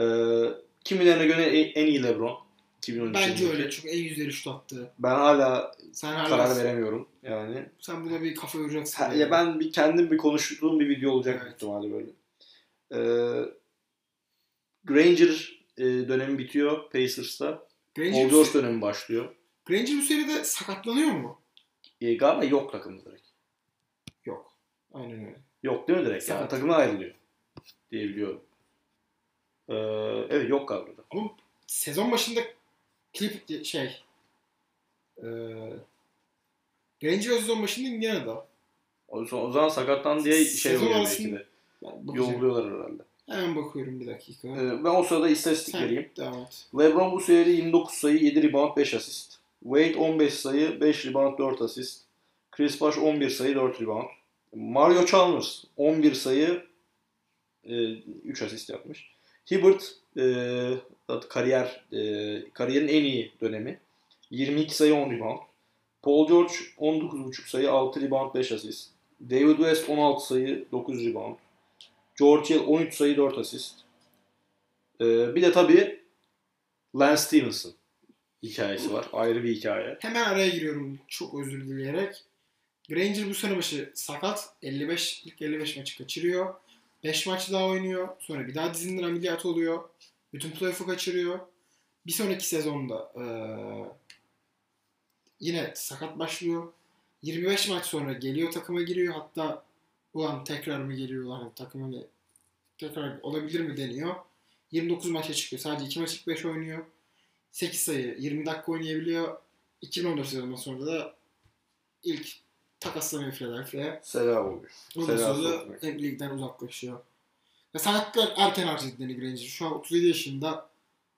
Ee, kimilerine göre e, en en iyi LeBron. 2013 Bence yılındaki. öyle. şey Çünkü en yüzleri şut attı. Ben hala Sen karar hala veremiyorum yani. sen buna bir kafa yoracaksın. Ha- yani. Ya ben bir kendim bir konuştuğum bir video olacak Evet. büyük ihtimalle böyle. Ee, Granger e, dönemi bitiyor Pacers'ta. Paul Granger, George dönemi başlıyor. Granger bu seride sakatlanıyor mu? E, galiba yok takımda direkt. Yok. Aynen öyle. Yok değil mi direkt? Yani Sakat. takımdan ayrılıyor diye biliyorum. Ee, evet yok galiba. da. Sezon başında klip şey e, Granger o sezon başında Indiana'da. O, zaman- o zaman sakattan diye şey Sezon oluyor belki arasında- de. Ben bakacağım. Yolluyorlar herhalde. Hemen bakıyorum bir dakika. Ee, ben o sırada istatistik Sen vereyim. devam et. LeBron bu seri 29 sayı, 7 rebound, 5 asist. Wade 15 sayı, 5 rebound, 4 asist. Chris Bosh 11 sayı, 4 rebound. Mario Chalmers 11 sayı, 3 asist yapmış. Hibbert e, zaten kariyer e, kariyerin en iyi dönemi. 22 sayı, 10 rebound. Paul George 19,5 sayı, 6 rebound, 5 asist. David West 16 sayı, 9 rebound. George Hill 13 sayı, 4 asist. E, bir de tabii Lance Stevenson hikayesi var. Ayrı bir hikaye. Hemen araya giriyorum çok özür dileyerek. Granger bu sene başı sakat. 55 ilk 55 maçı kaçırıyor. 5 maç daha oynuyor. Sonra bir daha dizinden ameliyat oluyor. Bütün playoff'u kaçırıyor. Bir sonraki sezonda eee, yine sakat başlıyor. 25 maç sonra geliyor takıma giriyor. Hatta ulan tekrar mı geliyorlar takıma ne- tekrar olabilir mi deniyor. 29 maça çıkıyor. Sadece 2 maç ilk 5 oynuyor. 8 sayı 20 dakika oynayabiliyor. 2014 sezonundan sonra da ilk takaslanıyor Philadelphia'ya. Selam oluyor. Ondan Selam sonra da olsun. hem ligden uzaklaşıyor. Ve sakatlıklar erken harcadı Danny Granger. Şu an 37 yaşında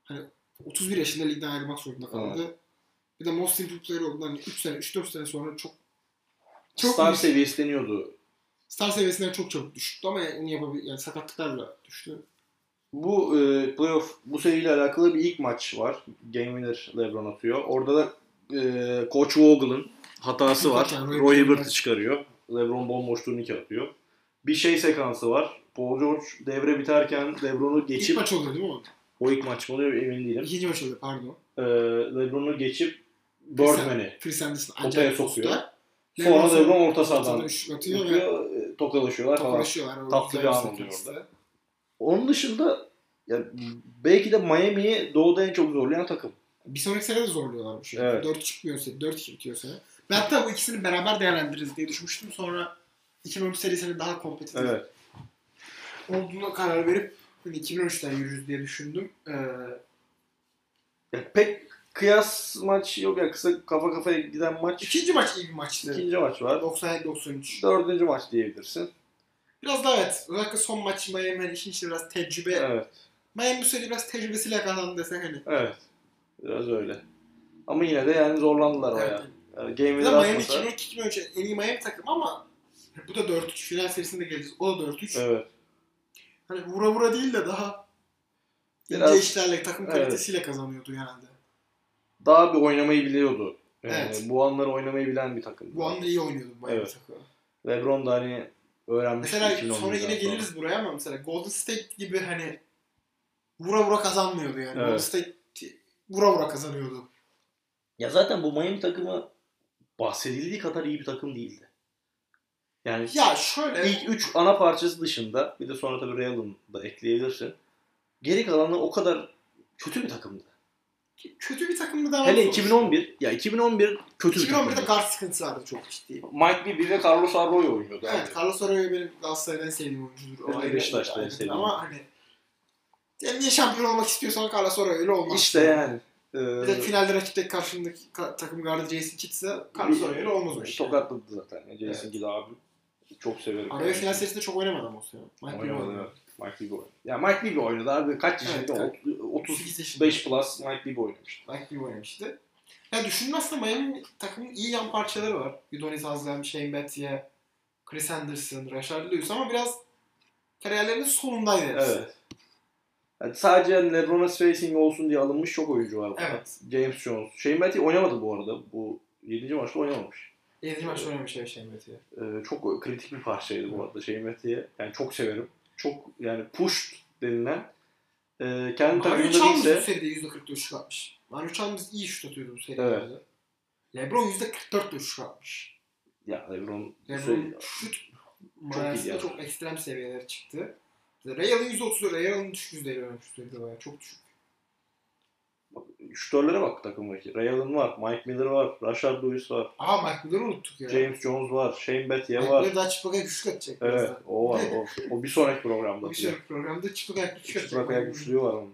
hani 31 yaşında ligden ayrılmak zorunda kaldı. Bir de Most Improved Player olduğundan 3 sene, 3-4 sene sonra çok çok Star iyi- seviyesi deniyordu. star seviyesinden çok çabuk düştü ama yani, yapabil- yani sakatlıklarla düştü. Bu e, playoff, bu seriyle alakalı bir ilk maç var. Game winner LeBron atıyor. Orada da e, Coach Vogel'ın hatası var. Hakikaten, Roy Hibbert'ı Hibbert'ı çıkarıyor. LeBron bomboş turnike atıyor. Bir şey sekansı var. Paul George devre biterken LeBron'u İlk geçip maç oluyor değil mi o? o ilk maç mı oluyor emin değilim. İkinci maç oluyor pardon. E, LeBron'u geçip Birdman'i Chris Anderson potaya acayip sokuyor. usta. Sonra LeBron orta ortadan sahadan üçlük atıyor ve tutuyor, e, tokalaşıyorlar falan. tokalaşıyorlar. Tatlı bir an oluyor Onun dışında ya belki de Miami'yi doğuda en çok zorlayan takım. Bir sonraki sene de zorluyorlar bu şeyi. Evet. 4 çıkmıyor sene. 4 2 bitiyor sene. Ben hatta bu ikisini beraber değerlendiririz diye düşünmüştüm. Sonra 2013 serisinin daha kompetitif olduğuna karar verip hani 2013'ten yürürüz diye düşündüm. Ee, Ya pek kıyas maç yok ya kısa kafa kafaya giden maç. ikinci maç iyi bir maçtı. İkinci maç var. 97-93. Dördüncü maç diyebilirsin. Biraz daha evet. Özellikle son maç Miami hani işin içine biraz tecrübe. Evet. Miami bu seri biraz tecrübesiyle kazandı desen hani. Evet. Biraz öyle. Ama yine de yani zorlandılar Evet. bayağı. Yani game Bir winner de Miami atmasa- 2012-2013 en iyi Miami takım ama bu da 4-3 final serisinde geleceğiz. O da 4-3. Evet. Hani vura vura değil de daha Biraz- ince işlerle takım evet. kalitesiyle kazanıyordu genelde. Daha bir oynamayı biliyordu. Yani Evet. Bu anları oynamayı bilen bir takım. Bu anda iyi oynuyordu Miami Evet. takımı. LeBron da hani öğrenmişti. Mesela 2011'den sonra yine geliriz buraya ama mesela Golden State gibi hani vura vura kazanmıyordu yani. Golden Evet. State vura vura kazanıyordu. Ya zaten bu Miami takımı bahsedildiği kadar iyi bir takım değildi. Yani Ya şöyle ilk 3 ana parçası dışında bir de sonra tabii Real'ın da ekleyebilirsin. Geri kalanlar o kadar kötü bir takımdı. kötü bir takımdı daha Hele doğrusu. 2011 ya 2011 kötü bir 2011'de takımdı. guard sıkıntısı vardı çok ciddi. Mike Bibby ve Carlos Arroyo oynuyordu. abi. Evet, Carlos Arroyo benim Galatasaray'dan en sevdiğim oyuncudur. Benim de ayrı, Beşiktaş'ta en ayrı. sevdiğim. Ama hani NBA şampiyon olmak istiyorsan Carlos Arroyo öyle olmaz. İşte yani. Bir E, de finalde rakipte karşındaki ka- takım gardı Jason Kidd'se Carlos Arroyo'yla olmaz o iş. Tokatladı zaten. E, Jason Kidd abi. Çok severim. Arroyo final serisinde çok oynamadı ama o sene. Mike Oynamadı Bibby evet. Mike Bibby oynadı. Ya Mike Bibby oynadı abi. Kaç Evet, yaşında? evet. Ot- 38 yaşında. 35 plus Mike Bibby oynamıştı. Mike Bibby oynamıştı. Ya düşünün aslında Miami takımın iyi yan parçaları var. Udonis Haslem, Shane Battier, Chris Anderson, Rashard Lewis ama biraz kariyerlerinin sonundaydı hepsi. Evet. Yani sadece hani LeBron'a spacing olsun diye alınmış çok oyuncu var. burada. Evet. James Jones. Shane Batty oynamadı bu arada. Bu 7. maçta oynamamış. 7 maç oynamış ya Shane Battier. Ee, çok kritik bir parçaydı bu arada Shane Batty'ye. Yani çok severim. Çok yani push denilen e, kendi Mario takımında Chalmers bu değilse seride %44 şut atmış. Mario Chalmers iyi şut atıyordu bu Evet. serilerde. LeBron %44 şut atmış. Ya LeBron, şey, LeBron şut iyi ya. manasında çok ekstrem seviyelere çıktı. Ray Allen %30, Ray Allen düşük yüzdeyle oynamış şutuydu bayağı. Çok düşük. şutörlere bak takımdaki. Ray Allen var, Mike Miller var, Rashard Lewis var, Aa Mike Miller'ı unuttuk ya. James Jones var, Shane Battier Mike var. Miller daha çıplak ayak üçlük atacak. Şey, Evet, birazdan. o var. O, o bir sonraki programda. Bir sonraki programda çıplak ayak üçlük atacak. Çıplak ayak güçlüğü var onun.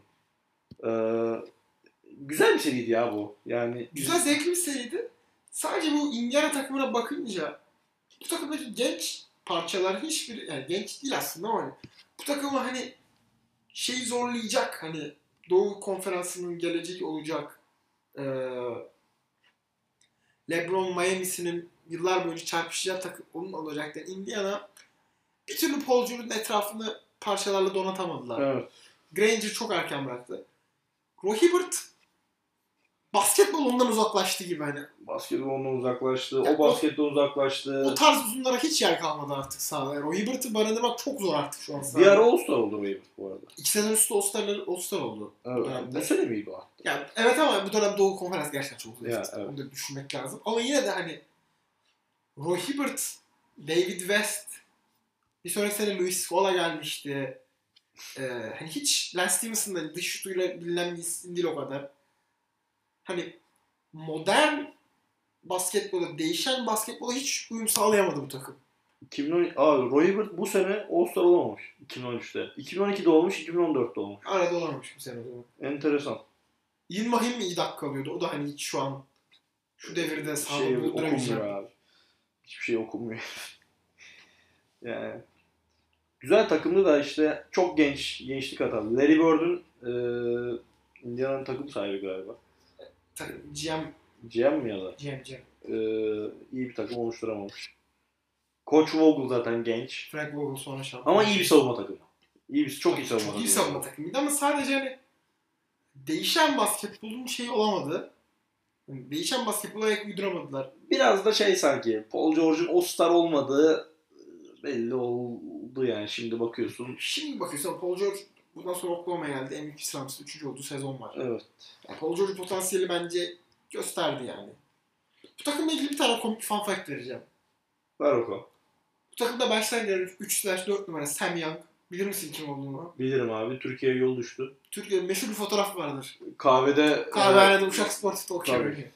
Ee, güzel bir seriydi ya bu. Yani Güzel zevkli bir seriydi. Sadece bu Indiana takımına bakınca bu takımdaki genç parçalar hiçbir yani genç değil aslında ama hani bu takımı hani şeyi zorlayacak hani Doğu Konferansı'nın geleceği olacak eee, LeBron Miami'sinin yıllar boyunca çarpışacağı takım onun olacak da Indiana bir türlü Paul George'un etrafını parçalarla donatamadılar. evet. Granger çok erken bıraktı. Rohibert basketbol ondan uzaklaştı gibi hani. Basketboldan uzaklaştı. Ya, O o- basketboldan uzaklaştı. O tarz uzunlara hiç yer kalmadı artık sahada. Rohibert'i barındırmak çok zor artık şu an Bir sahada. ara All-Star oldu Waver bu arada. İki sene üstü All-Star'lar- All-Star oldu. Evet. Evet. Bu sene miydi o? Yani evet ama bu dönem Doğu Konferans gerçekten çok zor. Ya, evet. Onu da düşünmek lazım. Ama yine de hani Rohibert, David West, bir sonraki sene Luis Scola gelmişti. Ee, hani hiç Lance Stevenson'da dış şutuyla bilinen bir isim değil o kadar. Hani modern basketbola, değişen basketbola hiç uyum sağlayamadı bu takım. 2010 Aa, Roybert bu sene All-Star olamamış 2013'te. 2012'de olmuş, 2014'te olmuş. Arada olamamış bu sene o zaman. Enteresan. Yılmahim Mahim iyi dakika alıyordu. O da hani hiç şu an şu devirde şey sağlıklı okunmuyor duramayacak. abi. Hiçbir şey okunmuyor. [laughs] yani güzel takımda da işte çok genç, gençlik hatalı. Larry Bird'ün eee Indiana'nın takım sahibi galiba. Ta- GM, GM mi ya da? GM, GM. Eee, iyi bir takım oluşturamamış. Koç Vogel zaten genç. Frank Vogel sonra şampiyon. Ama iyi bir savunma takımı. İyi bir, çok iyi savunma Çok takımı. iyi savunma takımıydı ama sadece hani değişen basketbolun şeyi olamadı. Yani değişen basketbola ayak uyduramadılar. Biraz da şey sanki Paul George'un o star olmadığı e, belli oldu yani şimdi bakıyorsun. Şimdi bakıyorsun Paul George bundan sonra Oklahoma geldi. MVP sıralamasında 3. olduğu sezon var. Evet. Yani Paul George potansiyeli bence gösterdi yani. Bu takımla ilgili bir tane komik fun fact vereceğim. Ver bakalım. Bu takımda baştan gelen 3-4 numara Sam Young. Bilir misin kim olduğunu? Bilirim abi. Türkiye yol düştü. Türkiye'de meşhur bir fotoğraf vardır. Kahvede Kahvehanede Uşak Sportif'te okşuyor. Tabii. böyle.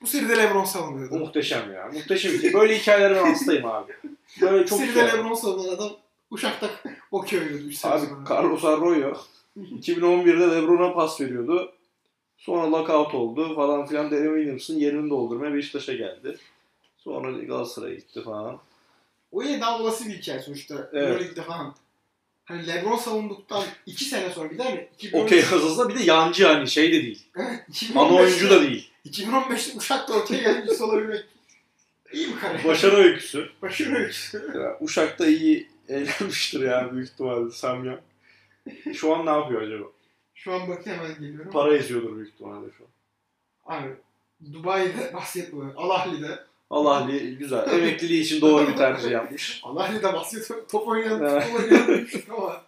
Bu seride Lebron Bu savunuyordu. muhteşem ya. Muhteşem. ki. Böyle hikayelere ben hastayım abi. Böyle çok Çok güzel. seride Lebron savunan adam Uşak'ta [laughs] okey oynuyordu. üç sene Abi sonra. Carlos Arroyo 2011'de LeBron'a pas veriyordu. Sonra lockout oldu falan filan. Darren Williams'ın yerini doldurmaya Beşiktaş'a geldi. Sonra Galatasaray'a gitti falan. O yine daha olası bir hikaye sonuçta. Evet. Euroleague'de falan. Hani Lebron savunduktan 2 sene sonra gider mi? 2013 Okey kazası bir de yancı hani şey de değil. Evet, 2015'te Ana oyuncu da değil. 2015'te Uşak'ta okey gelmiş olabilmek. İyi mi kare? Başarı öyküsü. Başarı öyküsü. Ya, Uşak'ta iyi eğlenmiştir ya büyük ihtimalle Samya. Şu an ne yapıyor acaba? Şu an bakayım hemen geliyorum. Para eziyordur büyük ihtimalle şu an. Abi Dubai'de basketbol oynuyor. Al Ahli'de. Allah li- güzel. Emekliliği için doğru bir tercih yapmış. Al Ahli'de basketbol top oynayan Evet. futbol oynayan bir çocuk ama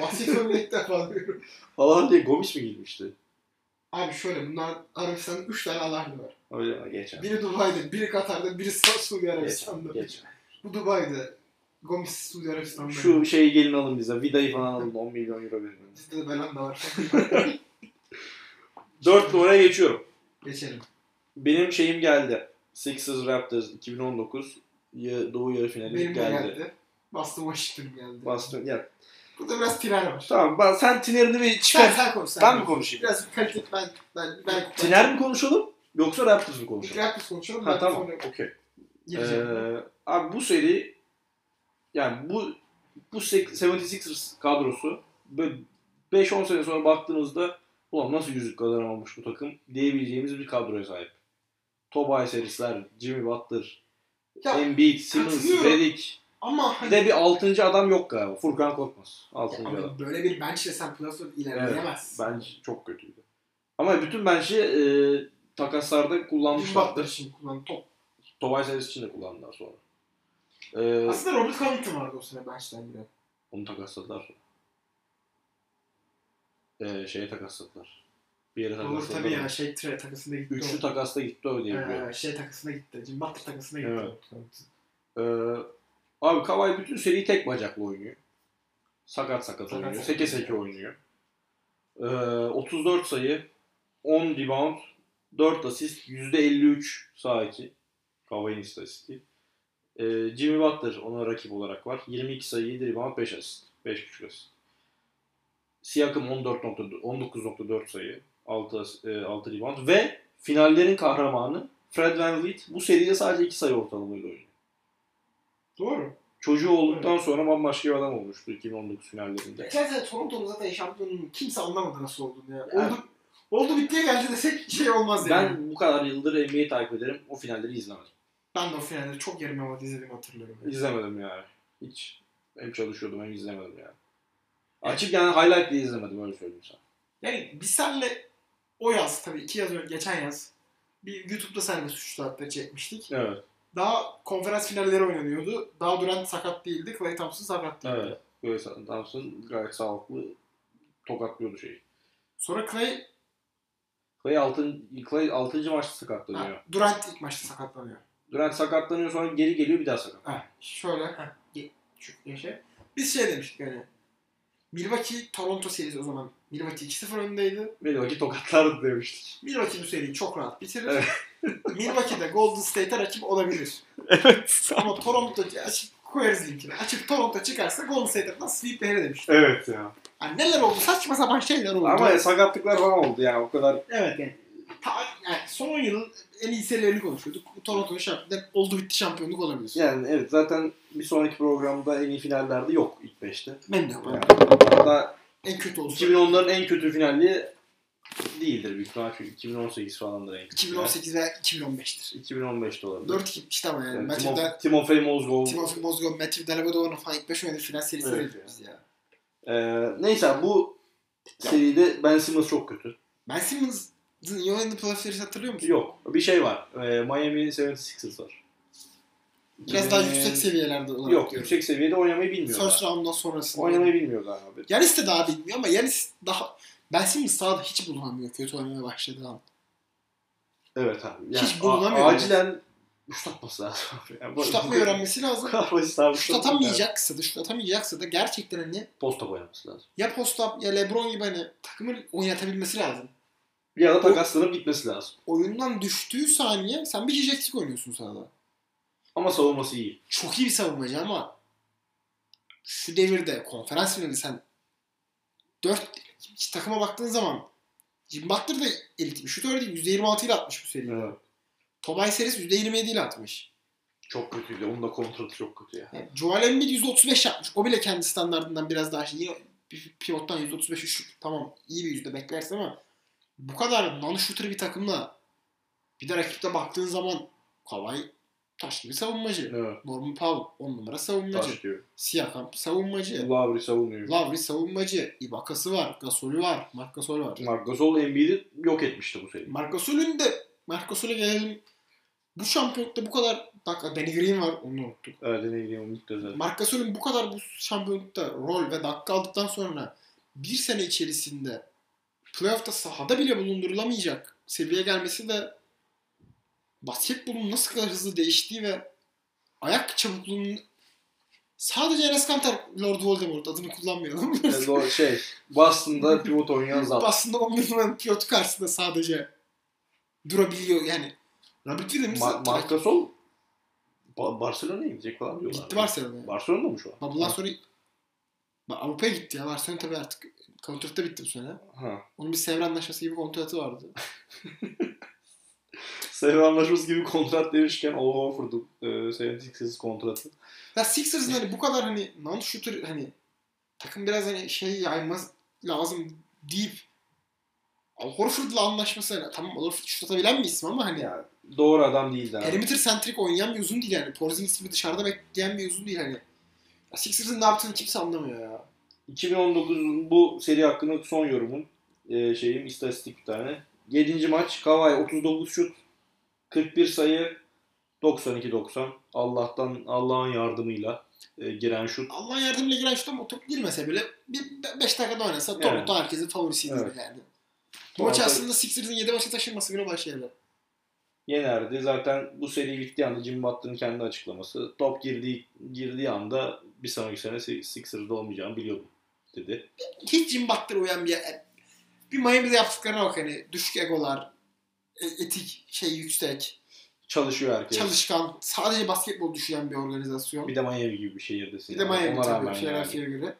basketbol ilk defa diyorum. Allah diye Gomis mi girmişti? Abi Abi şöyle bunlar Arabistan'da 3 tane Al Ahli var. Öyle mi? Geçen. Biri Dubai'de, biri Katar'da, biri Sa- Suudi Geçen. Arabistan'da. geçen. Bu Dubai'de. Gomis Suudi Arabistan'da. Şu şeyi gelin alın bize. Vida'yı falan alın. 10 milyon euro verin. Bizde de Belanda var. [laughs] 4 numaraya geçiyorum. Geçelim. Benim şeyim geldi. Sixers Raptors 2019 ya- Doğu yarı finali Benim de geldi. geldi. Boston Washington geldi. Bastın. Ya, Burada biraz tiner var. tamam ben, sen Tiner'ini bir Sen, çıkar. sen konuş. sen Ben mi konuş. konuşayım? Biraz kalite ben ben ben. Tiner mi konuşalım yoksa Raptors mı konuşalım? Biraz konuşalım. Ha ben tamam. sonra Okey. gireceğim. Ee, abi bu seri yani bu bu sek- 76ers kadrosu böyle 5-10 sene sonra baktığınızda ulan nasıl yüzük kadar olmuş bu takım diyebileceğimiz bir kadroya sahip. Tobay Harris'ler, Jimmy Butler, Ya, Embiid, Simmons, katılıyorum. Redick. ama Bir hani de bir 6. adam yok galiba. Furkan Korkmaz. 6. Ya adam. abi böyle bir bench'le sen playoff'ta ilerleyemezsin. Bence çok kötüydü. Ama bütün bence e, takaslarda Butler kullanmışlardı. için kullandı top. Tobay Harris için de kullandılar sonra. Ee, Aslında Robert Covington vardı o sene bench'ten bile. Onu takasladılar. Ee, şeye takasladılar. Bir yere Olur takaslandı. tabii ya şey tre takısında gitti. Üçlü takasta gitti öyle yapıyor. ee, şey takısına gitti. Jim Butler takısına gitti. Evet. Ee, abi Kavay bütün seriyi tek bacaklı oynuyor. Sakat sakat Sakat oynuyor. sakat. Seke seke oynuyor. Ee, 34 sayı, 10 rebound, 4 asist, %53 sağ içi. Kavay'ın istatistiği. Ee, Jimmy Butler ona rakip olarak var. 22 sayı, 7 rebound, 5 asist. 5.5 asist. Siakam 14.4 19.4 sayı, 6, as- e, 6 rebound ve finallerin kahramanı Fred VanVleet bu seride sadece 2 sayı ortalamayla oynuyor. Doğru. Çocuğu olduktan sonra bambaşka bir adam olmuştu 2019 finallerinde. Geçen sene Toronto'nun zaten şampiyonluğunu kimse anlamadı nasıl olduğunu ya. Yani- Oldu, oldu bittiye geldi desek şey olmaz yani. Ben, Ben bu kadar yıldır NBA'yi takip ederim. O finalleri izlemedim. ben de o finalleri çok yarım yamalak izlediğimi hatırlıyorum. İzlemedim yani. Hiç. Hem çalışıyordum hem izlemedim yani. Açık yani highlight diye izlemedim öyle söyleyeyim sana. Yani biz senle o yaz tabii iki yaz önce geçen yaz bir YouTube'da senle suçlu hatta çekmiştik. Evet. Daha konferans finalleri oynanıyordu. Daha Durant sakat değildi. Clay Thompson sakat değildi. Evet. Böyle Thompson gayet sağlıklı tokatlıyordu şeyi. Sonra Clay Clay 6. Clay 6. maçta ha, sakatlanıyor. Durant ilk maçta sakatlanıyor. Durant sakatlanıyor sonra geri geliyor bir daha sakat. Ha, şöyle ha, ye- şu yaşa. Biz şey demiştik hani Milwaukee Toronto serisi o zaman Milwaukee 2-0 öndeydi. Milwaukee tokatlardı demiştik. Milwaukee bu seriyi çok rahat bitirir. [laughs] Evet. Milwaukee de Golden State'e rakip olabilir. evet. Ama Toronto açıp koyarız linkini. Açıp Toronto çıkarsa Golden State'e nasıl sweep verir demiştik. Evet ya. Yani neler oldu? Saçma sapan şeyler oldu. Ama sakatlıklar falan oldu yani o kadar. evet yani. Ta, yani son 10 yılın en iyi serilerini konuşuyorduk. Toronto'nun şampiyon, oldu bitti şampiyonluk olabilir. Yani evet zaten bir sonraki programda en iyi finallerde yok ilk 5'te. Ben de yaparım. Hatta En kötü olsun. 2010'ların en kötü finalli değildir büyük ihtimal çünkü 2018 falandır en kötü. 2018 veya 2015'tir. 2015'te olabilir. 4 2 işte ama yani. Yani Matthew Timo- Dan- Timofey Mozgov. Timofey Mozgov, Matthew Dellavedova'nın falan ilk 5 oynadığı final serisi Evet. evet. biz ya. Ee, neyse abi, bu seride Ben Simmons çok kötü. Ben Simmons'ın iyi oynadığı playoff serisi hatırlıyor musun? Yok. Bir şey var. Ee, Miami 76ers var. Ee, Biraz daha yüksek seviyelerde olarak Yok diyorum. yüksek seviyede oynamayı bilmiyorlar. First round'dan sonrasında. Oynamayı bilmiyorlar abi. Yanis de daha bilmiyor ama Yanis daha... Ben Simmons sahada hiç bulunamıyor kötü oynamaya başladığı an. Evet abi. Hiç bulunamıyor. a- Acilen şut atması lazım. [laughs] Yani bu- Şut atmayı öğrenmesi lazım. kadar basit abi. Şut atamayacaksa da, şut atamayacaksa da gerçekten hani Yani Posta boyaması lazım. ya post-up ya LeBron gibi hani takımı oynatabilmesi lazım. Ya da takaslanıp gitmesi lazım. Oyundan düştüğü saniye sen bir kişi eksik oynuyorsun sahada. Ama savunması iyi. çok iyi bir savunmacı ama şu devirde konferans finali sen dört takıma baktığın zaman Jim Butler da elit bir şutör değil. %26 ile atmış bu seriyi. Evet. Tobias Harris %27 ile atmış. Çok kötüydü. Onun da kontratı çok kötü ya. Yani Joel Embiid %35 yapmış. O bile kendi standartından biraz daha şey. İyi bir Pivottan %35 şut. Tamam iyi bir yüzde beklersin ama bu kadar non shooter bir takımla bir de rakipte baktığın zaman Kawhi taş gibi savunmacı. Evet. Norman Powell 10 numara savunmacı. Taş diyor. Siakam savunmacı. Lowry savunuyor. Lavri savunmacı. Ibakası var. Gasolü var. Marc Gasol var. Marc Gasol Embiid'i yok etmişti bu seri. Marc Gasol'ün de Marc Gasol'e gelelim. Bu şampiyonlukta bu kadar dakika Danny Green var onu unuttuk. Evet ne diyeyim ilk de zaten. Marc Gasol'ün bu kadar bu şampiyonlukta rol ve dakika aldıktan sonra bir sene içerisinde playoff'ta sahada bile bulundurulamayacak seviyeye gelmesi de basketbolun nasıl kadar hızlı değiştiği ve ayak çabukluğunun sadece Enes Kanter Lord Voldemort adını kullanmayalım. Yani o şey Boston'da pivot oynayan zat. aslında o Milan pilotu karşısında sadece durabiliyor yani. Robert Williams Ma- Marc Gasol ba- Barcelona'ya gidecek falan diyorlar. gitti Barcelona'ya. Barcelona'da mı şu an? Ama bundan sonra Ba- Avrupa'ya gitti ya. Barcelona tabii artık kontratta bitti bu sene. Ha. Onun bir Sevr anlaşması gibi kontratı vardı. Sevr anlaşması gibi kontrat demişken Al Horford'un e, 76ers kontratı. Ya Sixers'ın hani bu kadar hani non-shooter hani takım biraz hani şey yaymaz lazım deyip Al Horford'la anlaşması hani tamam Al Horford şut atabilen bir isim ama hani Ya, Doğru adam değildi abi. Perimeter sentrik oynayan bir uzun değil yani. Porzingis gibi dışarıda bekleyen bir uzun değil hani. Ya Sixers'ın ne yaptığını kimse anlamıyor ya. 2019'un bu seri hakkında son yorumum e, şeyim istatistik bir tane. 7. maç Kawhi 39 şut 41 sayı 92-90 Allah'tan Allah'ın yardımıyla e, giren şut. Allah yardımıyla giren şut ama o top girmese bile bir 5 dakikada oynasa top Yani. da herkesin favorisidir Evet. yani. Maç Orada aslında Sixers'ın 7 maça taşınması bile başlayabilir. Yenerdi. Zaten bu seri bittiği anda Jim Butler'ın kendi açıklaması. Top girdiği, girdiği anda bir sonraki sene Si- Sixers'da olmayacağını biliyordum dedi. Hiç Jim Butler uyan bir e, bir Miami'de yaptıklarına bak hani düşük egolar, e- etik şey yüksek, Çalışıyor herkes. çalışkan, sadece basketbol düşünen bir organizasyon. Bir de Miami gibi bir şehirdesin. Bir de yani. Miami Ona tabii rağmen yani. Philadelphia'ya göre.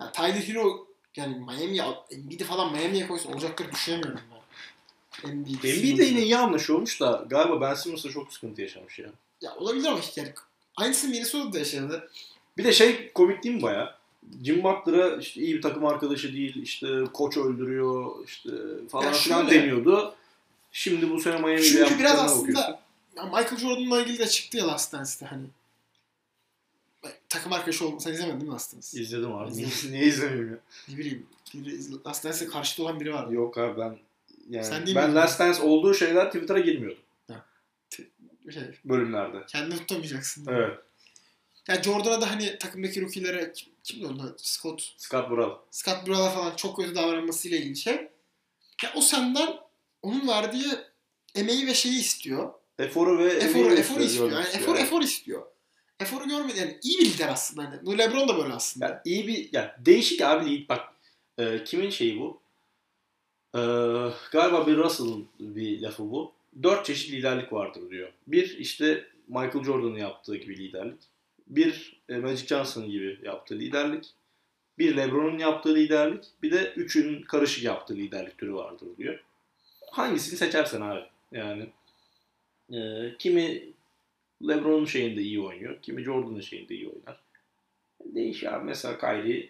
Yani Tyler Hero yani Miami'ye Embiid'i falan Miami'ye koysa olacakları düşünemiyorum ben. Embiid, Embiid de yine iyi anlaşıyormuş da galiba Ben Simmons'la çok sıkıntı yaşamış ya. Ya olabilir ama hiç yani. Aynısı Minnesota'da yaşadı. Bir de şey komik değil mi baya? Jim Butler'a işte iyi bir takım arkadaşı değil, işte koç öldürüyor, işte falan Ya filan şöyle- deniyordu. Şimdi bu sene Miami'de Çünkü biraz yaptıklarına aslında bakıyorsun. ya Michael Jordan'la ilgili de çıktı ya Last Dance'de hani. Takım arkadaşı olma. Sen izlemedin değil mi Last Dance'ı? İzledim abi. Niye, [laughs] İzledim. niye izlemiyorum ya? Ne bileyim. Biri, izle- Last Dance'e karşıtı olan biri vardı. Yok abi ben yani Sen değil ben miydin? Last Dance olduğu şeyler Twitter'a girmiyordum Bir Şey, bölümlerde. kendini tutamayacaksın. diye. Evet. Ya Jordan'a da hani takımdaki rookielere kim, kimdi onlar? Scott Scott Bural. Scott Brun'a falan çok kötü davranmasıyla ilgili şey. Ya o senden onun verdiği emeği ve şeyi istiyor. Eforu ve Eforu, emeği eforu istiyor. Yani görmek efor, efor istiyor. Eforu görmedi. Yani iyi bir lider aslında. Hani. Bu Lebron da böyle aslında. Yani iyi bir yani değişik abi lig bak e, kimin şeyi bu? E, galiba bir Russell'ın bir lafı bu. Dört çeşit liderlik vardır diyor. Bir işte Michael Jordan'ın yaptığı gibi liderlik. Bir e, Magic Johnson gibi yaptığı liderlik. Bir LeBron'un yaptığı liderlik. Bir de üçün karışık yaptığı liderlik türü vardır diyor. Hangisini seçersen abi. Yani e, kimi LeBron'un şeyinde iyi oynuyor. Kimi Jordan'ın şeyinde iyi oynar. Değişiyor abi. Mesela Kyrie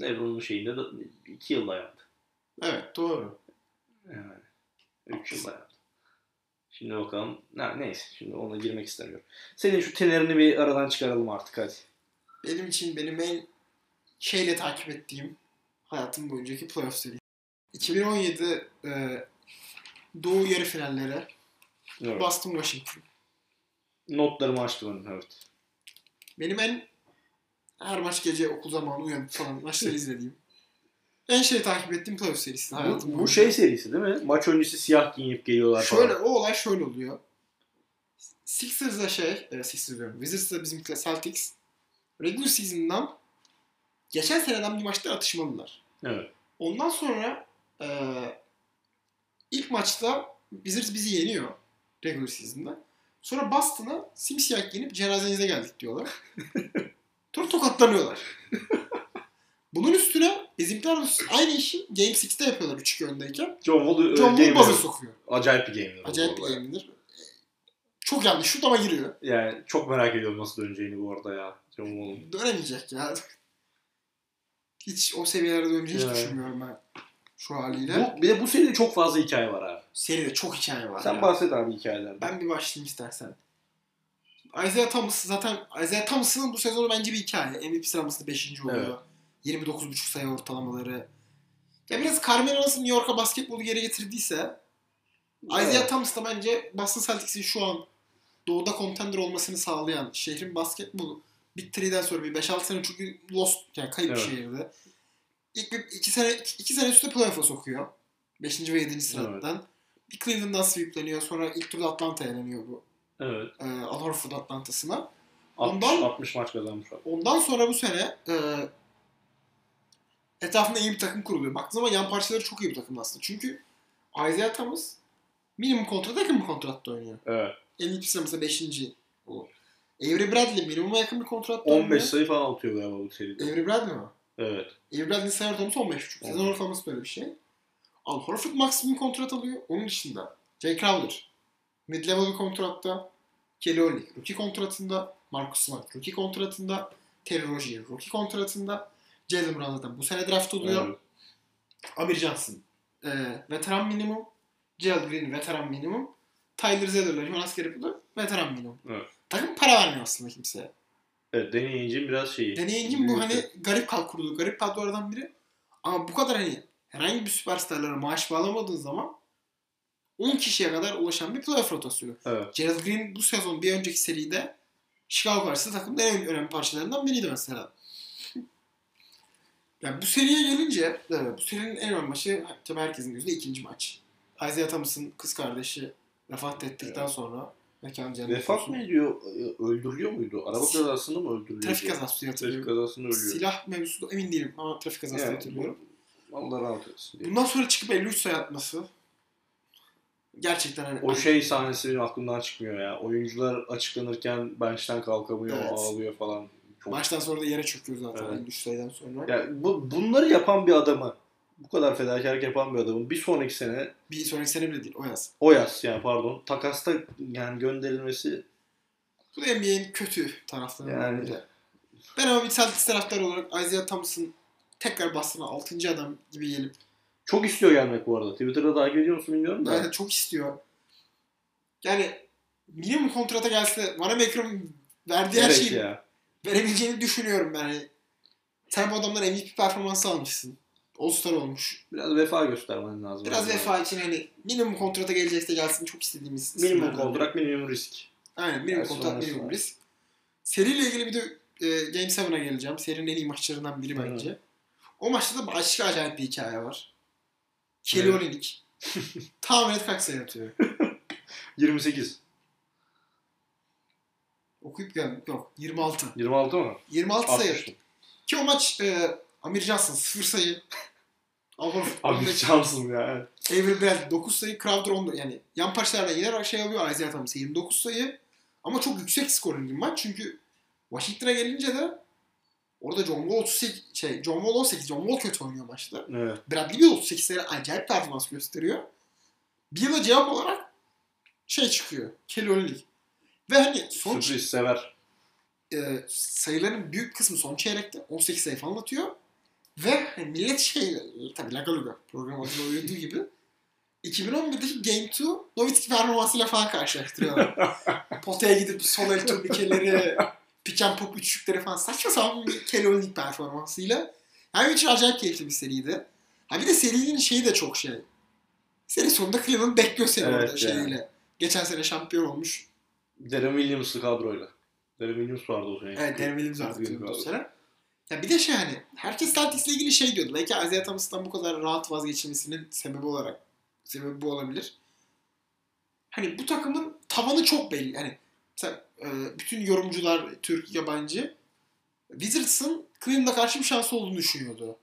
LeBron'un şeyinde de 2 yıl dayandı. Evet doğru. Yani 3 yıl dayandı. Şimdi bakalım. Ne, neyse şimdi ona girmek istemiyorum. Senin şu tenerini bir aradan çıkaralım artık hadi. Benim için benim en şeyle takip ettiğim hayatım boyuncaki playoff serisi. 2017 e, Doğu yarı finallere Evet. Boston Washington. Notlarımı açtım önüm evet. Benim en her maç gece okul zamanı uyanıp falan maçları izlediğim. En şey takip ettiğim playoff serisi hayatım. Bu, bu boyunca. şey serisi değil mi? Maç öncesi siyah giyinip geliyorlar falan. Şöyle o olay şöyle oluyor. Sixers'la şey, e, Sixers diyorum. Wizards'la bizimkiler Celtics regular season'dan geçen seneden bir maçta atışmalılar. Evet. Ondan sonra e, ilk maçta Wizards bizi yeniyor regular season'da. Sonra Boston'a simsiyah giyinip cenazenize [laughs] geldik diyorlar. Sonra tokatlanıyorlar. Bunun üstüne bizimkiler aynı işi Game 6'da yapıyorlar 3-2 öndeyken. John Wall, John Wall buzzer Wall sokuyor. Acayip bir game'dir. bu Acayip bir arada. game'dir. Çok yanlış şut ama giriyor. Yani çok merak ediyorum nasıl döneceğini bu arada ya. John Wall'un. Dönemeyecek ya. Hiç o seviyelere döneceğini Evet. hiç düşünmüyorum ben şu haliyle. Bu, bir de bu seride çok fazla hikaye var abi. Seride çok hikaye var. Sen ya. bahset abi hikayelerden. Ben bir başlayayım istersen. Isaiah Thomas zaten Isaiah Thomas'ın bu sezonu bence bir hikaye. MVP sıralamasında 5. oluyor. 29.5 sayı ortalamaları. Ya biraz Carmelo nasıl New York'a basketbolu geri getirdiyse Isaiah Thomas da bence Boston Celtics'in şu an doğuda contender olmasını sağlayan şehrin basketbol Big Three'den sonra bir 5-6 sene çünkü lost yani kayıp Evet. bir şehirde. İlk 2 sene 2 sene üstte playoff'a sokuyor. 5. ve 7. sıradan. Bir Cleveland'dan sweepleniyor. Sonra ilk turda Atlanta'ya eleniyor bu. Evet. E, Al Horford Atlanta'sına. 60, Ondan- 60 maç kazanmış. abi. Ondan sonra bu sene e, etrafında iyi bir takım kuruluyor. Baktığın zaman yan parçaları çok iyi bir takım aslında. Çünkü Isaiah Thomas minimum kontrat yakın bir kontratta oynuyor. Evet. MVP sıralamasında 5. o. Avery Bradley minimuma yakın bir kontratta 15 oynuyor. sayı falan atıyor galiba bu seride. Avery Bradley mi? Evet. Avery Bradley'in sayı ortalaması 15.5. Sezon Evet. ortalaması böyle bir şey. Al Horford maksimum kontrat alıyor. Onun dışında Jay Crowder mid-level bir kontratta. Kelly Olynyk rookie kontratında. Marcus Smart rookie kontratında. Terry Rozier rookie kontratında. Jalen Brown zaten bu sene draft oluyor. Evet. Amir Johnson e, veteran minimum. Gerald Green veteran minimum. Tyler Zeller'la Jonas Garipolo veteran minimum. Evet. Takım para vermiyor aslında kimseye. Evet, Danny Ainge'in biraz şeyi. Deneyengin bu büyüğü. hani garip kalk kurulu, garip kadrolardan biri. Ama bu kadar hani herhangi bir süperstarlara maaş bağlamadığın zaman 10 kişiye kadar ulaşan bir playoff rotasyonu. Evet. Gerald Green bu sezon bir önceki seride Chicago karşısında takımın en önemli parçalarından biriydi mesela. Ya bu seriye gelince, evet, bu serinin en ön maçı tabii herkesin gözünde ikinci maç. Isaiah Thomas'ın kız kardeşi vefat ettikten sonra mekan cennet Vefat olsun. mı ediyor? e, Öldürüyor muydu? Araba Si- kazasında mı öldürülüyor? Trafik diye? kazası diye Trafik hatırlıyorum. kazasında ölüyor. Silah mevzusu da emin değilim ama trafik kazası diye Yani hatırlıyorum. bu- Allah rahat etsin. diye. Bundan sonra çıkıp 53 sayı atması gerçekten hani O şey sahnesi benim aklımdan çıkmıyor ya. Oyuncular açıklanırken bench'ten kalkamıyor, Evet. ağlıyor falan. Çok- maçtan sonra da yere çöküyor zaten Evet. 53 sayıdan sonra. Ya bu, bunları yapan bir adamı, bu kadar fedakarlık yapan bir adamın bir sonraki sene Bir sonraki sene bile değil o yaz. o yaz yani pardon takasta yani gönderilmesi Bu da NBA'in kötü taraflarından Yani- biri. Ben ama bir Celtics taraftarı olarak Isaiah Thomas'ın tekrar Boston'a 6. adam gibi gelip çok istiyor gelmek bu arada. Twitter'da takip ediyor musun bilmiyorum da. Yani çok istiyor. Yani minimum kontrata gelse Vanamaker'ın verdiği her evet şeyi ya. verebileceğini düşünüyorum yani. Sen bu adamdan MVP performansı almışsın. All-Star olmuş. Biraz vefa göstermen lazım. Biraz Yani. vefa için hani minimum kontrata gelecekse gelsin çok istediğimiz. Minimum isimlerden biri. kontrak, minimum risk. Aynen minimum Yani kontrat, sonrası minimum var. risk. Seriyle ilgili bir de e, Game 7'a geleceğim. Serinin en iyi maçlarından biri Hı. bence. O maçta da başka acayip bir hikaye var. Kelly Evet. [laughs] Olynyk. Tahmin et kaç sayı atıyor. 28. Okuyup geldim. Yok 26. 26 mı? 26 sayı. 60. Ki o maç e, Amir Johnson 0 sayı. [laughs] Avrupa Abi futbolunda Johnson ya. Avery Bradley 9 sayı. Crowder 10 yani yan parçalardan gider şey alıyor Isaiah Thomas 29 sayı. Ama çok yüksek skorlu bir maç çünkü Washington'a gelince de orada John Wall 38 şey John Wall 18 John Wall kötü oynuyor maçta. Evet. Bradley Beal 38 sayı acayip performans gösteriyor. Beal'a cevap olarak şey çıkıyor. Kelly Olynyk. Ve hani son Sürpriz sever. e, sayıların büyük kısmı son çeyrekte 18 sayı falan atıyor. Ve hani millet şey tabii Laga Luga program adına uyduğu gibi 2011'deki Game 2 Nowitzki performansıyla falan [laughs] karşılaştırıyorlar. Potaya gidip sol el turnikeleri, pick and pop üçlükleri falan saçma sapan bir Kelly performansıyla. Her yani için acayip keyifli bir seriydi. Ha bir de serinin şeyi de çok şey. Seri sonunda Cleveland bekliyor seni Evet orada yani. şeyiyle. Geçen sene şampiyon olmuş Darren Williams'lı kadroyla. Darren Williams vardı o sene. Evet Darren Williams artık Williams diyordu vardı. bu sene. Ya bir de şey hani herkes Celtics'le ilgili şey diyordu. Belki Isaiah Thomas'tan bu kadar rahat vazgeçilmesinin sebebi olarak sebebi bu olabilir. Hani bu takımın tavanı çok belli. Hani mesela, e, bütün yorumcular Türk, yabancı Wizards'ın Cleveland'a karşı bir şansı olduğunu düşünüyordu.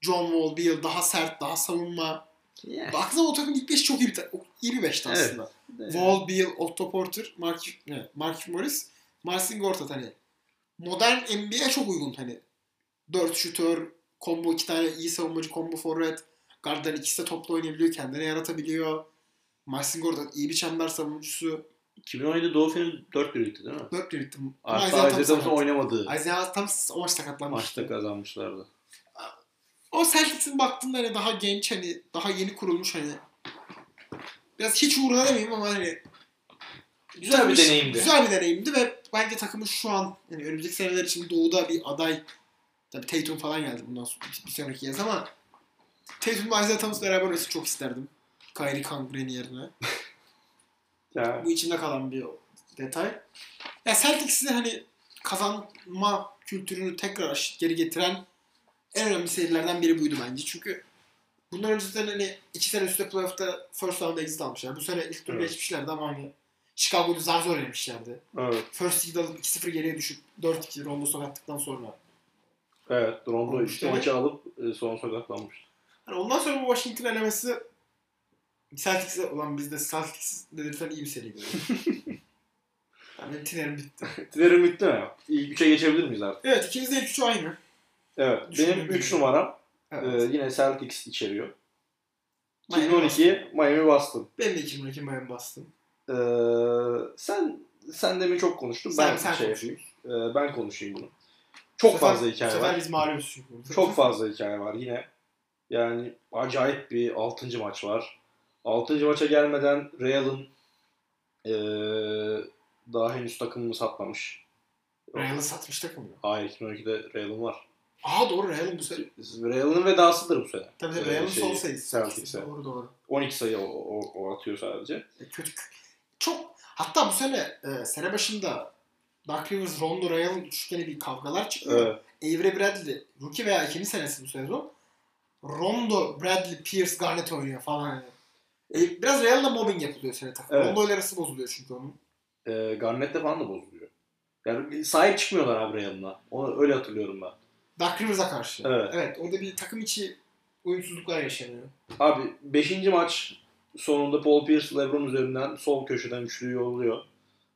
John Wall, Beal daha sert, daha savunma. Yeah. Baktığında o takım ilk beş çok iyi bir, ta- iyi bir beşti Evet. aslında. Wall, Beal, Otto Porter, Mark, ne, Mark Morris, Marcin Gortat hani. Modern NBA'ye çok uygun hani. 4 şutör, combo iki tane iyi savunmacı, combo forvet. Guardların ikisi de topla oynayabiliyor, kendine yaratabiliyor. Marcin Gortat iyi bir çember savunucusu. 2017 Doğu Fener'in 4 1 değil mi? 4 birlikte. Ama Artı Isaiah Isaiah Thomas'ın Thomas'ın oynadı. oynamadığı Isaiah Thomas o maç sakatlanmış. maçta kazanmışlardı. O Celtics'in baktığında hani daha genç hani daha yeni kurulmuş hani biraz hiç uğruna demeyeyim ama hani Güzel bir takımın- deneyimdi. Güzel bir deneyimdi ve bence takımın şu an yani önümüzdeki seneler için doğuda bir aday tabii Tatum falan geldi bundan sonra bir sonraki yaz ama Tatum ve Isaiah Thomas beraber olsun çok isterdim. Kyrie Kangren'in yerine. Ya. Bu içimde kalan bir detay. Ya Celtics'in hani kazanma kültürünü tekrar aş- geri getiren en önemli serilerden biri buydu bence. Çünkü bundan öncesinden hani iki sene üstte playoff'ta first round exit almışlar. Bu sene ilk turda Evet. geçmişlerdi ama hani Chicago'yu zar zor yemişlerdi. Evet. First seed alıp 2-0 geriye düşüp 4-2 rondo sakattıktan sonra. Evet. Rondo Olmuş, işte evet. maçı alıp e, son sakatlanmış. Hani ondan sonra bu Washington elemesi Celtics'e olan bizde Celtics dedirten iyi bir seriydi. yani benim tinerim bitti. Dilerim bitti mi? İlk 3'e geçebilir miyiz artık? Evet ikimiz de ilk üçü aynı. Evet. Düşündüğüm benim 3 gibi. numaram Evet. e, yine Celtics içeriyor. Miami 2012 Miami Boston. Ben de 2012 Miami bastım. E, sen sen demin çok konuştun. Sen- ben sen şey konuş. yapayım. E, ben konuşayım bunu. Çok Bu sefer- fazla hikaye Bu var. sefer biz mağlubiz çünkü. Çok fazla hikaye var yine. Yani acayip bir 6. maç var. 6. maça gelmeden Real'ın eee, daha henüz takımını satmamış. Real'ı satmış takım ya. Hayır 2012'de Real'ın var. Aa doğru Real'ın bu sene. Real'ın vedasıdır bu sene. Tabii tabii Ee, Real'ın şey, son sayısı. Celtics'e. Doğru doğru. 12 sayı o, o- o atıyor sadece. E, kötü. Çok. Hatta bu sene e, sene başında Dark Rivers Rondo Real'ın üçgeni bir kavgalar çıkıyor. Evet. Avery Bradley rookie veya ikinci senesi bu sezon. Rondo, Bradley, Pierce, Garnett oynuyor falan. Yani. E, biraz Real'da mobbing yapılıyor sene takım. Evet. Rondo ile arası bozuluyor çünkü onun. E, Garnett'le falan da bozuluyor. Yani sahip çıkmıyorlar abi Real'ına. Onu öyle hatırlıyorum ben. Dark Rivers'a karşı. Evet. orada bir takım içi uyumsuzluklar yaşanıyor. Abi 5. maç sonunda Paul Pierce LeBron üzerinden sol köşeden üçlüyü yolluyor.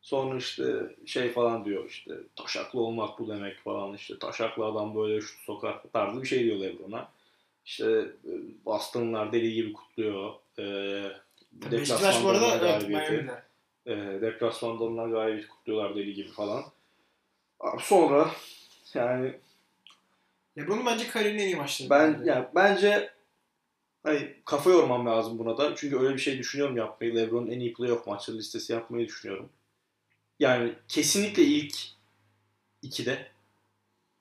Sonra işte şey falan diyor işte taşaklı olmak bu demek falan işte taşaklı adam böyle şut sokar tarzı bir şey diyor LeBron'a. İşte e, Boston'lar deli gibi kutluyor. Ee, Beşiktaş bu arada evet, Miami'de. e, deplasmanda alınan galibiyeti kutluyorlar deli gibi falan. Abi sonra yani LeBron'un bence kariyerinin en iyi maçları. ben yani bence hani kafa yormam lazım buna da. Çünkü öyle bir şey düşünüyorum yapmayı. LeBron'un en iyi playoff maçları listesi yapmayı düşünüyorum. Yani kesinlikle ilk ikide.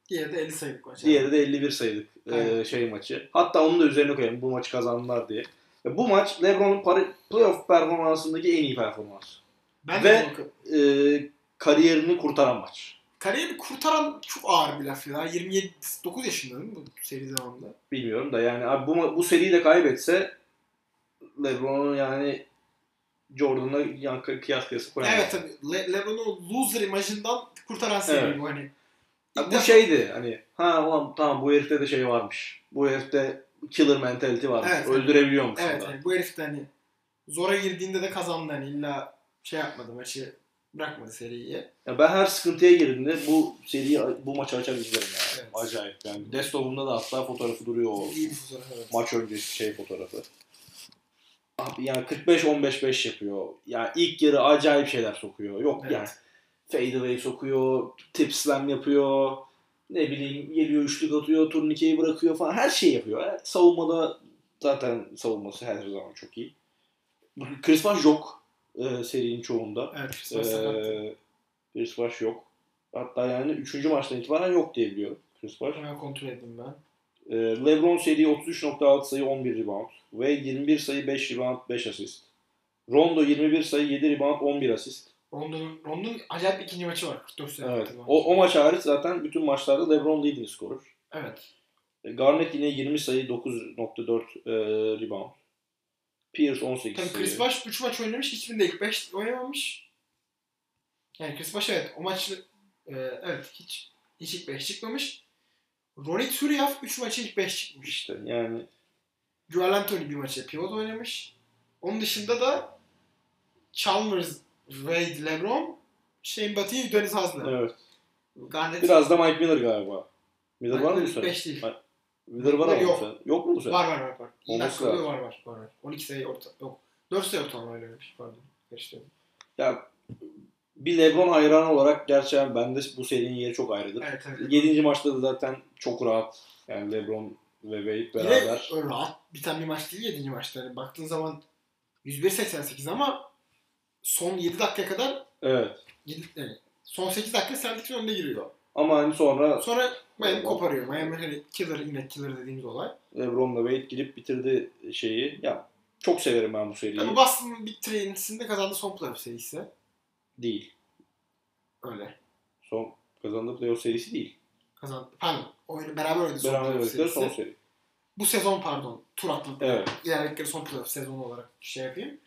Diğeri de 50 sayılık maç. Diğeri de 51 sayılık e, Aynen. şey maçı. Hatta onu da üzerine koyalım bu maçı kazandılar diye. E, bu maç LeBron'un para- playoff performansındaki en iyi performans. Ben Ve- de bunu- E, kariyerini kurtaran maç. kariyeri kurtaran çok ağır bir laf ya. 27 9 yaşında değil mi bu seri zamanında? Bilmiyorum da yani abi bu, ma- bu seriyi de kaybetse LeBron'un yani Jordan'a yan kıyas kıyası koyamaz. Evet tabii. Le- LeBron'un o loser imajından kurtaran seri Evet. bu hani. Ya İlk bu defa- şeydi hani ha ulan tamam bu herifte de şey varmış. Bu herifte killer mentality varmış. Evet. Öldürebiliyormuş Evet falan. hani bu herif de hani zora girdiğinde de kazandı hani illa şey yapmadı maçı bırakmadı seriyi. Ya ben her sıkıntıya girdiğimde bu seriyi bu maçı açar izlerim yani. Evet. Acayip yani. Desktop'umda da hatta fotoğrafı duruyor o. İyi bir fotoğraf evet. maç öncesi şey fotoğrafı. Abi yani 45-15-5 yapıyor. Yani ilk yarı acayip şeyler sokuyor. Yok Evet. yani fade away sokuyor, tip slam yapıyor. Ne bileyim geliyor üçlük atıyor, turnikeyi bırakıyor falan. Her şeyi yapıyor. Yani savunmada zaten savunması her zaman çok iyi. Chris Bosh yok e, serinin çoğunda. Evet. Chris Paul sakat. E, Chris Bosh yok. Hatta yani 3. maçtan itibaren yok diye biliyorum. Chris Bosh. Hemen kontrol edeyim ben. Ee, LeBron seri 33.6 sayı 11 rebound. Wade 21 sayı 5 rebound 5 asist. Rondo 21 sayı 7 rebound 11 asist. Rondo'nun Rondo'nun acayip bir ikinci maçı var. 44 sayı Evet. attı bu O, maç. o maç hariç zaten bütün maçlarda LeBron leading scorer. Evet. Ee, Garnett yine 20 sayı 9.4 e, rebound. Pierce 18 Tabii sayı. Chris Bosh 3 maç oynamış. Hiçbirinde ilk 5 oynamamış. Yani Chris Bosh evet o maçı e, evet hiç hiç ilk 5 çıkmamış. Ronnie Turiaf 3 maçı ilk 5 çıkmış. İşte yani Joel Anthony bir maçta pivot oynamış. Onun dışında da Chalmers, Wade, LeBron, Shane Battier, Deniz Hazlı. evet. Garnett Biraz da Mike Miller galiba. Miller var mı bu ilk sene? beş değil. Var. Miller var ama bu Yok. sene. Yok mu bu sene? Var var var. var. İyi Olması dakika oluyor, lazım. var var. var, var. 12 sayı orta. Yok. 4 sayı ortalama oynamış. Pardon. Karıştırdım. Ya bir LeBron hayranı olarak gerçekten bende bu serinin yeri çok ayrıdır. Evet evet. Yedinci maçta da zaten çok rahat. Yani LeBron ve Wade Yine beraber. öyle rahat biten bir maç değil 7. maçta. Yani baktığın zaman 101-88 ama son 7 dakikaya kadar Evet. yedi- yani son 8 dakika Celtics'in önde giriyor. Ama hani sonra Sonra Miami koparıyor. Miami hani killer yine killer dediğimiz olay. LeBron'la Wade girip bitirdi şeyi. Ya çok severim ben bu seriyi. Tabii Boston'ın Big Three'sinde kazandığı son playoff serisi. Değil. Öyle. Son kazandığı playoff serisi değil. Kazandı. Pardon. Oyunu beraber oynadı son Beraber playoff oynadıkları serisi. son seri. Bu sezon pardon. Tur atladı. Evet. ilerledikleri son playoff sezonu olarak şey yapayım.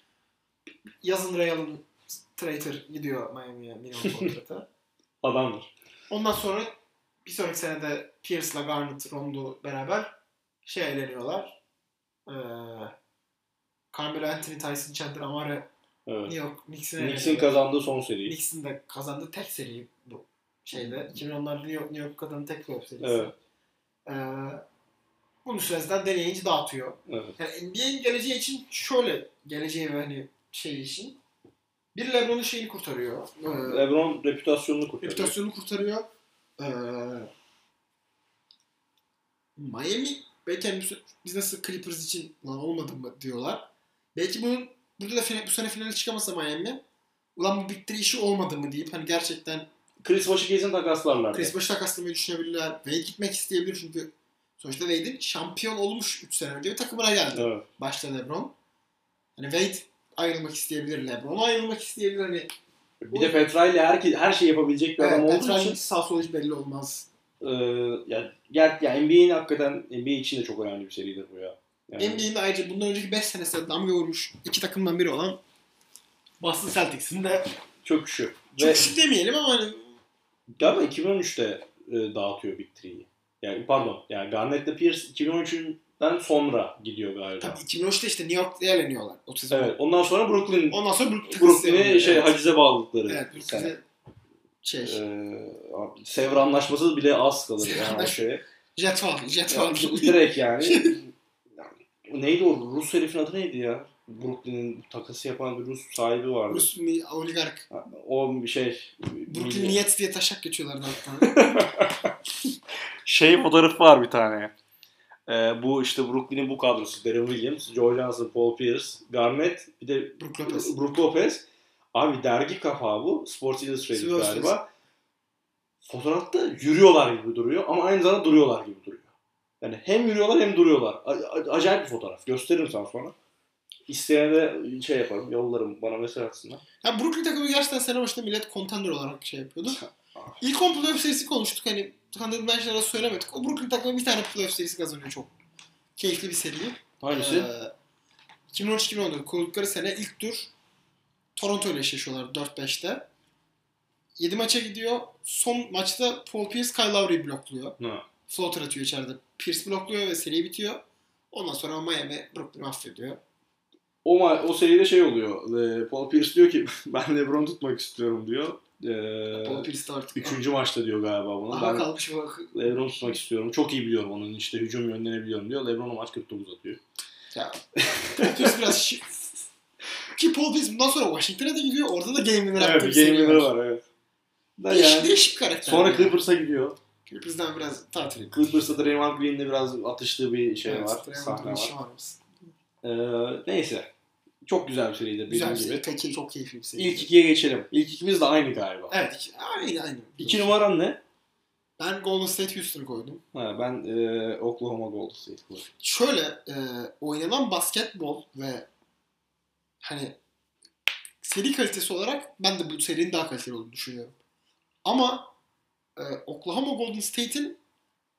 Yazın Real'ın Traitor gidiyor [laughs] Miami'ye minimum kontrata. Adamdır. Ondan sonra bir sonraki senede Pierce'la Garnett, Rondo beraber şey eğleniyorlar. Ee, Carmelo Anthony, Tyson Chandler, Amare Evet. New York Knicks'e Knicks'in eğleniyorlar. kazandığı son seri. Knicks'in de kazandığı tek seri bu şeyde. 2010'larda New York, New York kazandığı tek playoff serisi. Evet. Ee, bunun süresinden deneyince dağıtıyor. Evet. Yani NBA'in geleceği için şöyle, geleceği ve hani şey için. Bir LeBron'un şeyini kurtarıyor. Ee, LeBron reputasyonunu kurtarıyor. reputasyonunu kurtarıyor. Ee, Miami belki hani biz- biz nasıl Clippers için lan olmadı mı diyorlar. Belki bunun burada da fina- bu sene finale çıkamasa Miami ulan bu Big Three işi olmadı mı deyip hani gerçekten Chris Bosh'u kesin takaslarlardı. Chris Bosh'u takaslamayı düşünebilirler. Wade gitmek isteyebilir çünkü sonuçta Wade'in şampiyon olmuş 3 sene önce bir takımına geldi Evet. başta LeBron. Hani Wade ayrılmak isteyebilir, LeBron ayrılmak isteyebilir. Hani Bir de Petra ile her, her şeyi yapabilecek bir adam evet, olduğu Petra'nın için sağ solu hiç belli olmaz. Ee, yani, gel, yani NBA'in hakikaten NBA için de çok önemli bir seridir bu ya. Yani, NBA'in de ayrıca bundan önceki 5 senesinde damga vurmuş iki takımdan biri olan Boston Celtics'in de çöküşü. Ve çok demeyelim ama hani galiba 2013'te e, dağıtıyor Big Three'yi. Yani pardon. Yani Garnett'le Pierce 2013'ten sonra gidiyor galiba. tabii 2013'te işte New York'ta eğleniyorlar o sezon. Evet. Ondan sonra Brooklyn Ondan sonra Brooklyn Brooklyn'i şey evet. hacize bağladıkları. Evet, sene. Brooklyn'e şey, Ee, Sevr anlaşması bile az kalır yani o [laughs] şeye. jet var, jet Yani, var. direkt yani. [laughs] Yani Neydi o? Rus herifin adı neydi ya? Brooklyn'in takası yapan bir Rus sahibi vardı. Rus mi- oligark. O bir şey... Brooklyn Nets diye taşak geçiyorlardı hatta. Şey fotoğrafı var bir tane. Ee, bu işte Brooklyn'in bu kadrosu. Darren Williams, Joe Johnson, Paul Pierce, Garnett, bir de Brook Lopez. Brook Lopez. Abi dergi kapağı bu. Sports Illustrated Sports galiba. Fotoğrafta yürüyorlar gibi duruyor ama aynı zamanda duruyorlar gibi duruyor. Yani hem yürüyorlar hem duruyorlar. A- a- acayip bir fotoğraf. Gösteririm sana sonra. İsteyene de şey yaparım, yollarım. Bana mesaj atsınlar. Ya Brooklyn takımı gerçekten sene başında millet contender olarak şey yapıyordu. Ah. İlk 10 playoff serisi konuştuk hani Thunder Bench'lere söylemedik. O Brooklyn takımı bir tane playoff serisi kazanıyor çok. Keyifli bir seri. Hangisi? Ee, 2013-2014 kurdukları sene ilk tur Toronto ile eşleşiyorlar 4-5'te. 7 maça gidiyor. Son maçta Paul Pierce Kyle Lowry'i blokluyor. Ha. Floater atıyor içeride. Pierce blokluyor ve seri bitiyor. Ondan sonra Miami Brooklyn'i affediyor. O, ma- o seride şey oluyor. e, Paul Pierce diyor ki [laughs] ben LeBron tutmak istiyorum diyor. Ee, Paul Pierce de artık üçüncü maçta diyor galiba bunu. aha Ben kalmış bak. LeBron tutmak istiyorum. Çok iyi biliyorum onun işte hücum yönlerini biliyorum diyor. LeBron o maç 49 atıyor. Ya. Paul Pierce biraz şi- [laughs] Ki Paul Pierce bundan sonra Washington'a da gidiyor. Orada da game winner Evet, attığı bir seri game winner var evet. Da Değişik, yani. değişik bir karakter. Sonra Yani. Clippers'a gidiyor. Clippers'dan biraz tatil ediyor. Clippers'ta Draymond Green'le biraz atıştığı bir şey Evet, var, Draymond sahne Green var. şu an biz. Ee, neyse. Çok güzel bir seriydi Güzel benim bir gibi. seri. Peki çok keyifli bir seri. İlk ikiye geçelim. İlk ikimiz de aynı galiba. Evet. iki- Aynı aynı. İki numaran ne? Ben Golden State Houston'ı koydum. Ha, ben e, Oklahoma Golden State Warriors. Şöyle e, oynanan basketbol ve hani seri kalitesi olarak ben de bu serinin daha kaliteli olduğunu düşünüyorum. Ama e, Oklahoma Golden State'in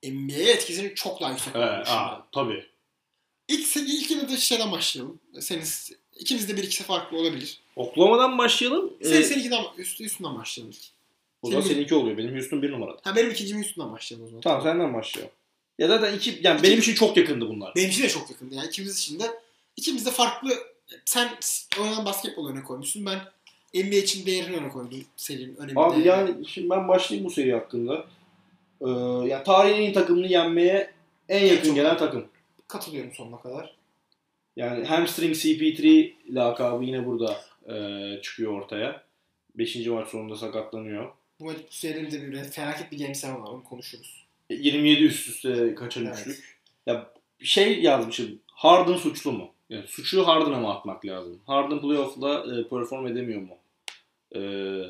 NBA'ye etkisinin çok daha yüksek olduğunu Evet, düşünüyorum. aa, tabii. İlk, se- ilkine de şeyden başlayalım. Senin, ikimiz de bir ikisi farklı olabilir. Oklama'dan başlayalım. Ee, Sen, seninkinden, üstü, üstünden başlayalım. ilk. o zaman senin- seninki oluyor. Benim Houston bir numara. Ha benim ikincim üstünden başlayalım o zaman. Tamam senden başlayalım. Ya zaten iki, yani benim için çok yakındı bunlar. Benim için de çok yakındı. Yani ikimiz için de ikimiz de farklı sen oynanan basketbol öne koymuşsun. Ben NBA için değerini öne koydum. Serinin önemli Abi değerini. yani şimdi ben başlayayım bu seri hakkında. Ee, ya tarihin en iyi takımını yenmeye en yakın çok- gelen takım. Katılıyorum sonuna kadar. Yani hamstring CP3 lakabı yine burada e, çıkıyor ortaya. Beşinci maç sonunda sakatlanıyor. Bu, maç- bu serinin de bir felaket bir game seven var. Onu konuşuruz. 27 üst üste kaçan Evet. üçlük. Ya şey yazmışım. Harden suçlu mu? Yani suçu Harden'a mı atmak lazım? Harden playoff'la e, perform edemiyor mu? E,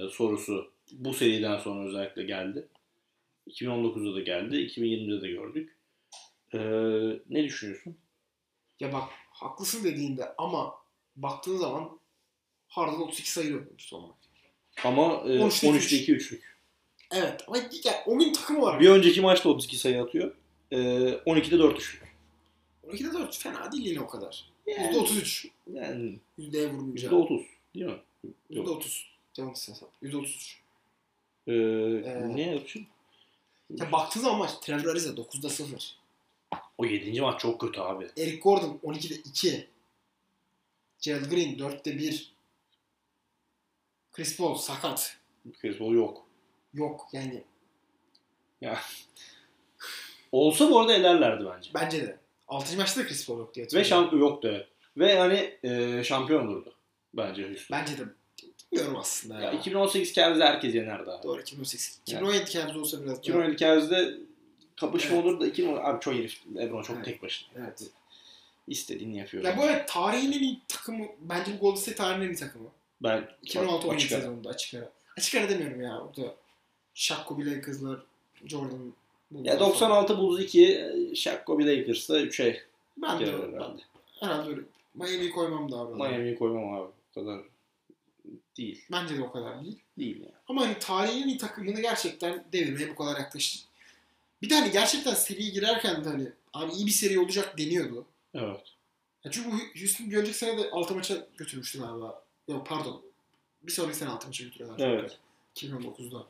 sorusu bu seriden sonra özellikle geldi. 2019'da da geldi. 2020'de de gördük. E, ne düşünüyorsun? Ya bak haklısın dediğinde ama baktığın zaman Harden 32 sayı oynamış son maç. Ama e, 13'te 13'te 2 üçlük. Evet ama yani o gün takım olarak. Bir önceki maçta 32 sayı atıyor. E, 12'de 4 üçlük. 12'de 4 fena değil yine o kadar. Yani, %33. yani Yüzdeye vurunca. %30 değil mi? yok. %30. Yanlış hesap. %33. E, Evet. Ne yapayım? Ya baktığın zaman maç Trevor Ariza 9'da 0. O 7. maç çok kötü abi. Eric Gordon 12'de 2. Gerald Green 4'te 1. Chris Paul sakat. Chris Paul yok. Yok yani Olsa bu arada elerlerdi bence. bence de. 6. maçta da Chris Paul yok diye Ve hatırlıyorum. şampiyon yoktu evet. Ve hani e, şampiyon olurdu bence Houston. Bence de bilmiyorum aslında ya. Ya 2018 Cavs'de herkes yenerdi abi. Doğru 2008. Yani. 2017 Cavs olsa biraz daha. 2017 Cavs'de kapışma Evet. olur da 2010 abi çok herif LeBron çok Evet. tek başına. Evet. İstediğini yapıyor. Ya bu evet tarihin en iyi takımı. Bence bu Golden State tarihin en iyi takımı. ben 2016 17 açık ara. sezonunda açık ara. Açık ara demiyorum ya. Orada Shaq Kobe kızlar Jordan. bunlar Ya falan. 96 Bulls 2, Shaq Kobe Lakers'ta 3'e Ben de, gelir ben herhalde. de. Herhalde öyle. Miami'yi koymam daha. buralara. Miami'yi koymam abi. O kadar değil. Bence de o kadar değil. Değil yani. Ama hani tarihin bir takımını gerçekten devirmeye bu kadar yaklaştı. Bir de hani gerçekten seriye girerken de hani abi iyi bir seri olacak deniyordu. Evet. Ya çünkü bu Houston bir önceki sene de altı maça götürmüştü galiba. Yok pardon. Bir sonraki sene altı maça götürüyorlar. Evet. 2019'da.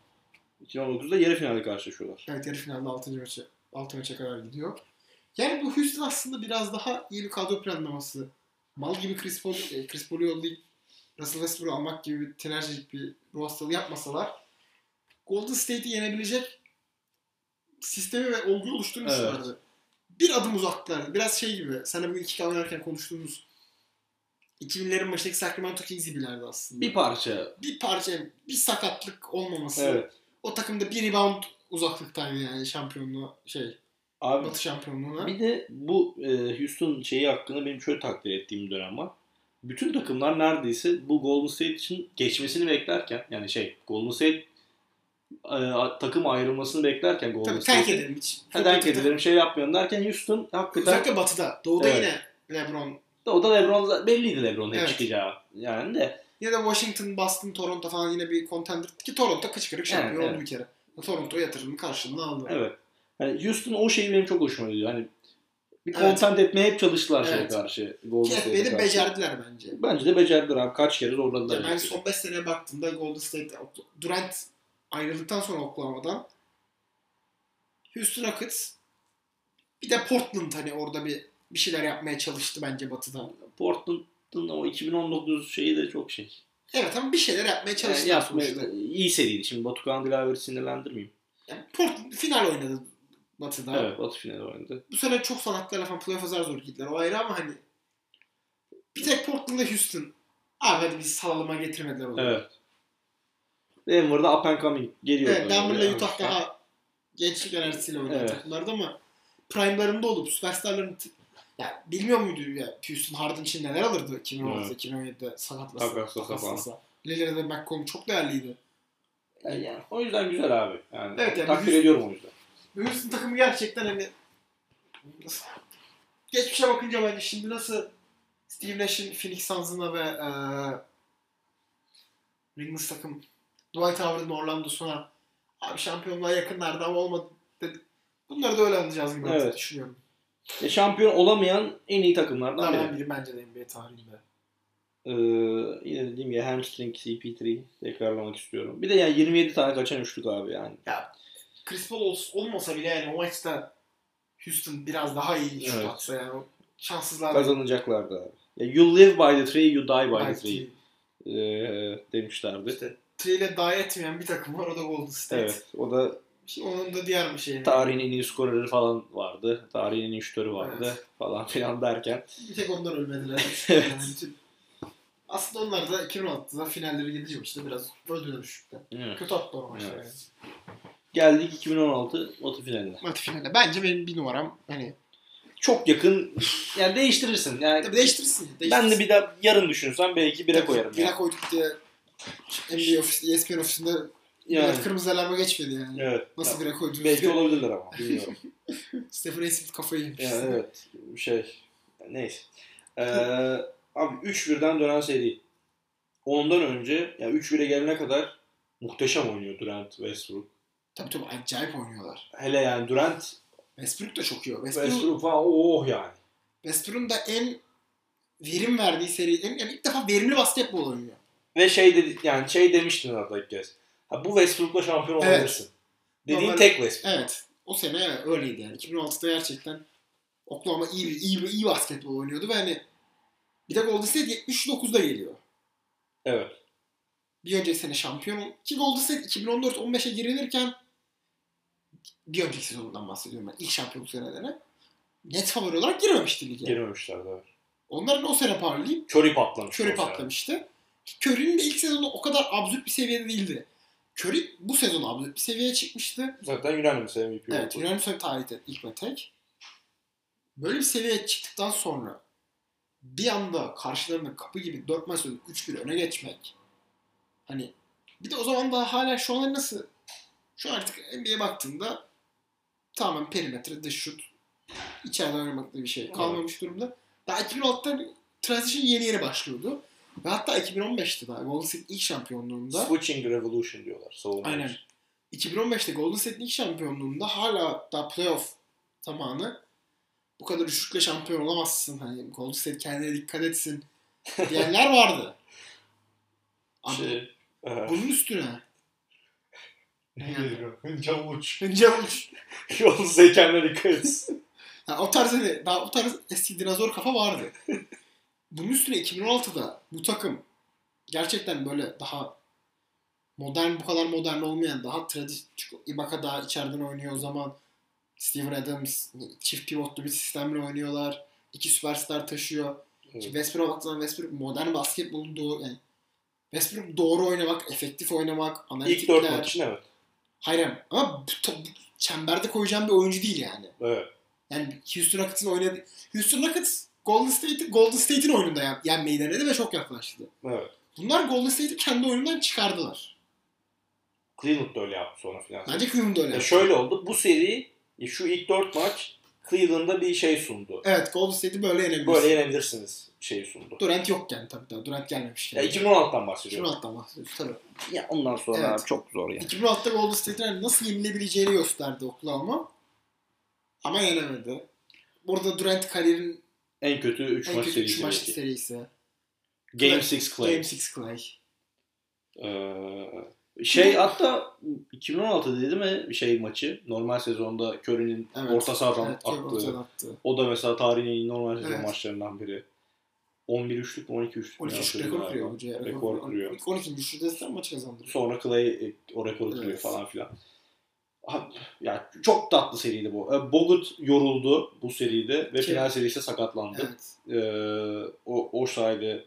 2019'da yarı finalde karşılaşıyorlar. Evet yarı finalde 6. maça, 6 maça kadar gidiyor. Yani bu Houston aslında biraz daha iyi bir kadro planlaması. Mal gibi Chris Paul, e, Chris Paul'u yollayıp Russell Westbrook'u almak gibi bir tinercilik bir ruh hastalığı yapmasalar Golden State'i yenebilecek sistemi ve olgu oluşturmuşlardı. Bir adım uzaktılar. Biraz şey gibi. Sen bugün iki kavrarken konuştuğumuz 2000'lerin başındaki Sacramento Kings gibilerdi aslında. Bir parça. bir parça, bir sakatlık olmaması Evet. o takımda bir rebound uzaklıktaydı yani şampiyonluğa şey Abi Batı şampiyonluğuna. bir de bu e, Houston şeyi hakkında benim şöyle takdir ettiğim dönem var. Bütün takımlar neredeyse bu Golden State için geçmesini beklerken yani şey Golden State e, takım ayrılmasını beklerken Golden Tabii terk State'in edelim hiç. Ha, denk edelim şey yapmayalım derken Houston hakikaten Özellikle Batı'da. Doğu'da Evet. yine LeBron. o da LeBron belliydi LeBron'un hep Evet. çıkacağı. Yani de Yine de Washington, Boston, Toronto falan yine bir contender. Ki Toronto kıç kırık şampiyon Evet, oldu bir kere. Toronto yatırımın karşılığını aldı. evet. Hani Houston o şeyi benim çok hoşuma gidiyor. Hani bir Evet. kontent etmeye hep çalıştılar şeye Evet. karşı. Golden Ki State'e etmeyi de karşı. becerdiler bence. Bence de becerdiler abi. Kaç kere Ya zorladılar. ben işte. son 5 seneye baktığımda Golden State, Durant ayrıldıktan sonra Oklahoma'dan Houston Rockets bir de Portland hani orada bir bir şeyler yapmaya çalıştı bence Batı'da. Portland'ın o 2019 şeyi de çok şey. Evet ama bir şeyler yapmaya Yani çalıştılar yapmaya- sonuçta. iyi seriydi. Şimdi Batukan Dilaver'i sinirlendirmeyeyim. Yani Portland final oynadı Batı'da. Evet Batu finali oynadı. Bu sene çok sanatlarla falan playoff'a zar zor gittiler. O ayrı ama hani bir tek Portland'la Houston. Abi hadi biz salalıma getirmediler onu. Evet. Denver'da up and coming geliyordu. Evet, Denver'la Yani. Utah daha gençlik enerjisiyle oynayan Evet. takımlardı ama prime'larında olup süperstarların t- ya bilmiyor muydu ya Houston Harden için neler alırdı 2016'da 2017'de sakatlasa Takaslasa falan. takaslasa. Lillard ve McCollum çok değerliydi. Yani, yani o yüzden güzel abi. Yani, Evet, yani takdir Houston- ediyorum o yüzden. Ve Houston takımı gerçekten hani nasıl- geçmişe bakınca bence şimdi nasıl Steve Nash'in Phoenix Suns'ına ve eee Ringles takım Dwight Howard'ın Orlando'suna abi şampiyonluğa yakınlardı ama olmadı dedi. Bunları da öyle anlayacağız gibi Evet. düşünüyorum. E, şampiyon olamayan en iyi takımlardan biri. Bunlardan biri bence de NBA tarihinde. Ee, yine dediğim gibi hamstring CP3 tekrarlamak istiyorum. Bir de yani 27 tane kaçan üçlük abi yani. Chris Paul ol- olmasa bile yani o maçta Houston biraz daha iyi şut Evet. atsa yani o şanssızlar Kazanacaklardı abi. Ya, you live by the tree, you die by, the belki tree ee, demişlerdi. İşte Trey ile daha etmeyen bir takım var o da Golden State. Evet. O da Ki Onun da diğer bir şey. tarihin en iyi skoreri falan vardı. Tarihin en iyi şutörü vardı Evet. falan [laughs] filan derken. Bir tek onlar ölmediler. [laughs] Evet. Yani bütün- Aslında onlar da 2016'da finalleri gidince işte biraz öldürmüştü. Evet. Kötü attı o maçta. Evet. yani. Geldik 2016 Batı finaline. Maç finalde. Bence benim bir numaram hani. Çok yakın. Yani değiştirirsin. Yani Tabii değiştirirsin. ben değiştirirsin. de bir daha yarın düşünsem belki bire koyarım. Bire yani. koyduk diye NBA ofisinde, ESPN ofisinde Yani. biraz kırmızı alarma geçmedi yani. Evet. Nasıl bire koydunuz? Belki olabilirler ama bilmiyorum. [laughs] Stephen A. Smith kafayı yemiş. Yani evet şey neyse. Ee, abi 3-1'den dönen seri. Ondan önce ya 3-1'e gelene kadar muhteşem oynuyor Durant Westbrook. Tabii tabii acayip oynuyorlar. Hele yani Durant Westbrook da çok iyi. Westbrook, Westbrook falan oh yani. Westbrook'un da en verim verdiği seri, en, en ilk defa verimli basketbol oynuyor. Ve şey dedi yani şey demiştin hatta ilk kez. Ha, bu Westbrook'la şampiyon Evet. olabilirsin. Dediğin Normal- tek Westbrook. Evet. O sene evet, öyleydi yani. 2016'da gerçekten Oklahoma iyi bir, iyi bir, iyi basketbol oynuyordu ve hani bir de Golden State 79'da geliyor. Evet. Bir önceki sene şampiyon ol- ki Golden State 2014-15'e girilirken bir önceki sezonundan bahsediyorum ben. İlk şampiyonluk senelerine net favori olarak girememişti lige. Girmemişlerdi. evet. Onların o sene parlayıp Curry patlamış. Curry mesela. patlamıştı. Curry'nin de ilk sezonu o kadar absürt bir seviyede değildi. Curry bu sezon absürt bir seviyeye çıkmıştı. Zaten unanimous MVP Evet, oldu. Yunan Müslüman tarihte ilk ve tek. Böyle bir seviyeye çıktıktan sonra bir anda karşılarında kapı gibi 4 maç sonra 3-1 öne geçmek. Hani bir de o zaman daha hala şu an nasıl şu an artık NBA'ye baktığında tamamen perimetre, dış şut, içeriden oynamak diye bir şey kalmamış durumda. Daha 2006'da transition yeni yeni başlıyordu. Ve hatta 2015'te daha Golden State ilk şampiyonluğunda Switching Revolution diyorlar savunma Aynen. için. 2015'te Golden State'in ilk şampiyonluğunda hala daha playoff zamanı bu kadar düşükle şampiyon olamazsın. Hani Golden State kendine dikkat etsin diyenler vardı. Abi Şey, Ee, [laughs] bunun üstüne ne geliyor? Hıncal uç. Cavuş. [laughs] Yol zekenle dikkat [laughs] etsin. Ha, o tarz hani, daha o tarz eski dinozor kafa vardı. [laughs] Bunun üstüne 2016'da bu takım gerçekten böyle daha modern bu kadar modern olmayan daha tradis çünkü Ibaka daha içeriden oynuyor o zaman Steven Adams çift pivotlu bir sistemle oynuyorlar. İki süperstar taşıyor. Evet. Ki Westbrook'a baktığında Westbrook modern basketbolun doğru yani Westbrook doğru oynamak, efektif oynamak, İlk analitikler. dört maç için evet. Hayır ama bu, bu çemberde koyacağım bir oyuncu değil yani. Evet. Yani Houston Rockets'ın oynadı. Houston Rockets Golden State'i Golden State'in oyununda yen- yenmeyi denedi ve çok yaklaştı. evet. Bunlar Golden State'i kendi oyunundan çıkardılar. Cleveland da öyle yaptı sonra final. Bence Cleveland öyle. Ya yaptı. E, şöyle oldu. Bu seri e, şu ilk dört maç Cleveland'a bir şey sundu. Evet Golden State'i böyle yenebilirsin. Böyle yenebilirsiniz şeyi sundu. Durant yokken tabii daha. Durant gelmemişken. Ya 2016'dan bahsediyorum. 2016'dan bahsediyoruz tabii. Ya ondan sonra Evet. abi çok zor yani. 2016'da Golden State'in hani nasıl yenilebileceğini gösterdi Oklahoma. Ama yenemedi. Burada Durant kariyerin En kötü 3 en maç kötü 3 serisi. maç belki. serisi. Game Clay. 6 Clay. Game 6 Clay. Ee, şey hatta 2016 dedi mi şey maçı normal sezonda Curry'nin Evet. orta sahadan Evet, Curry attığı. ortadan attı. O da mesela tarihin en iyi normal sezon Evet. maçlarından biri. 11 üçlük mü 12 üçlük mü 12 şut yaptı rekor galiba. kırıyor hoca. Rekor kırıyor. 12. şurada sen maç kazandırıyor. Sonra Clay e, o rekoru Evet. kırıyor falan filan. Ha, ya çok tatlı seriydi bu. E, Bogut yoruldu bu seride ve Ki- final serisi sakatlandı. Evet. Ee, o, o sayede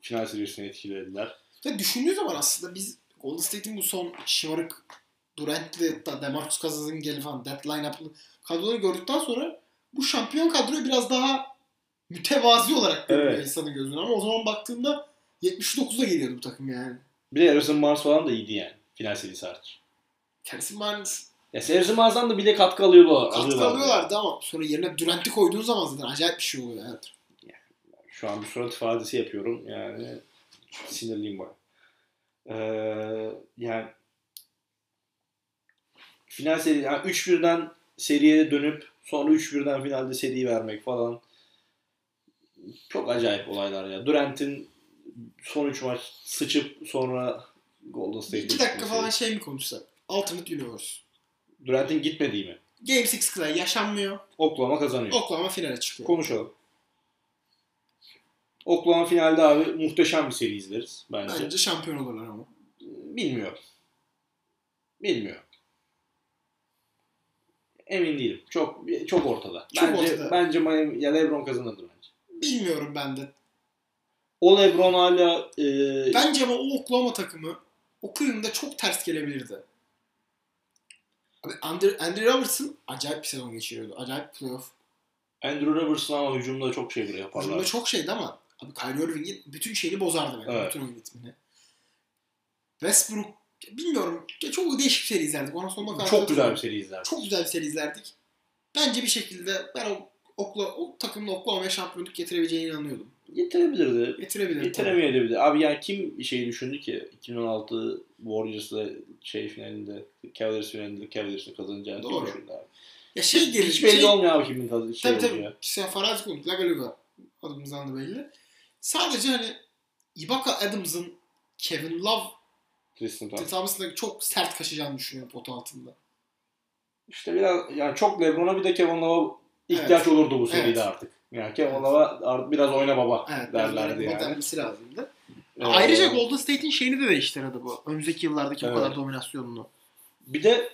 final serisini etkilediler. Ve düşündüğü zaman aslında biz Golden State'in bu son şımarık Durant'li da DeMarcus Cousins'ın gelip falan deadline up'lı kadroları gördükten sonra bu şampiyon kadroyu biraz daha mütevazi olarak görüyor Evet. insanın gözüne ama o zaman baktığımda 79'a geliyordu bu takım yani. Bir de Harrison Barnes falan da iyiydi yani final serisi hariç. Tersi Barnes Ya Harrison Barnes'dan da bile katkı alıyorlar. katkı alıyorlardı ama sonra yerine Durant'i koyduğun zaman zaten acayip bir şey oluyor. Yani. Şu an bir surat ifadesi yapıyorum yani sinirliyim bak. Ee, yani final seri yani 3-1'den seriye dönüp sonra 3-1'den finalde seri vermek falan çok acayip olaylar ya. Durant'in son 3 maç sıçıp sonra Golden State'e İki dakika gitmesi. falan şey mi konuşsak? Alternate Universe. Durant'in gitmediği mi? Game 6 Clay yaşanmıyor. Oklahoma kazanıyor. Oklahoma finale çıkıyor. Konuşalım. Oklahoma finalde abi muhteşem bir seri izleriz bence. Bence şampiyon olurlar ama. Bilmiyorum. Bilmiyorum. Emin değilim. Çok çok ortada. Çok bence, ortada. Bence Miami, ya LeBron kazanırdı bence. Bilmiyorum ben de. O LeBron hala e, Bence ama o Oklahoma takımı o Cleveland'a çok ters gelebilirdi. Abi Andre, Andre Robertson acayip bir sezon geçiriyordu. Acayip playoff. Andrew Robertson ama hücumda çok şey bile yaparlar. Hücumda çok şeydi ama abi Kyrie Irving'in bütün şeyini bozardı bence. Evet. Bütün oyun ritmini. Westbrook bilmiyorum. ya Çok değişik bir seri izlerdik. Ona sonuna kadar Çok güzel hatırlamıyorum. bir seri izler. Çok güzel bir seri izlerdik. Bence bir şekilde ben o, Okla, o takımın Oklahoma'ya şampiyonluk getirebileceğine inanıyordum. Getirebilirdi. Getirebilir. Getiremeyebilir. Abi yani kim şey düşündü ki 2016 Warriors'la şey finalinde Cavaliers finalinde Cavaliers'ın kazanacağını Doğru. kim düşündü abi. Ya şey gelir. Hiç belli şey- olmuyor abi kimin kazanacağı. Şey Tabii tabii. olacağı. Sen Faraj Kunt, Laga Luga adımızdan da belli. Sadece hani Ibaka Adams'ın Kevin Love Tristan Thompson. etrafında çok sert kaçacağını düşünüyorum pot altında. İşte biraz yani çok LeBron'a bir de Kevin Love'a ihtiyaç Evet. olurdu bu seride Evet. artık. Yani Kevin Evet. Love'a ar- biraz oyna baba Evet. derlerdi yani. yani. Modernmesi lazımdı. Ee, Ayrıca Golden State'in şeyini de değiştirdi bu. Önümüzdeki yıllardaki Evet. bu kadar dominasyonunu. bir de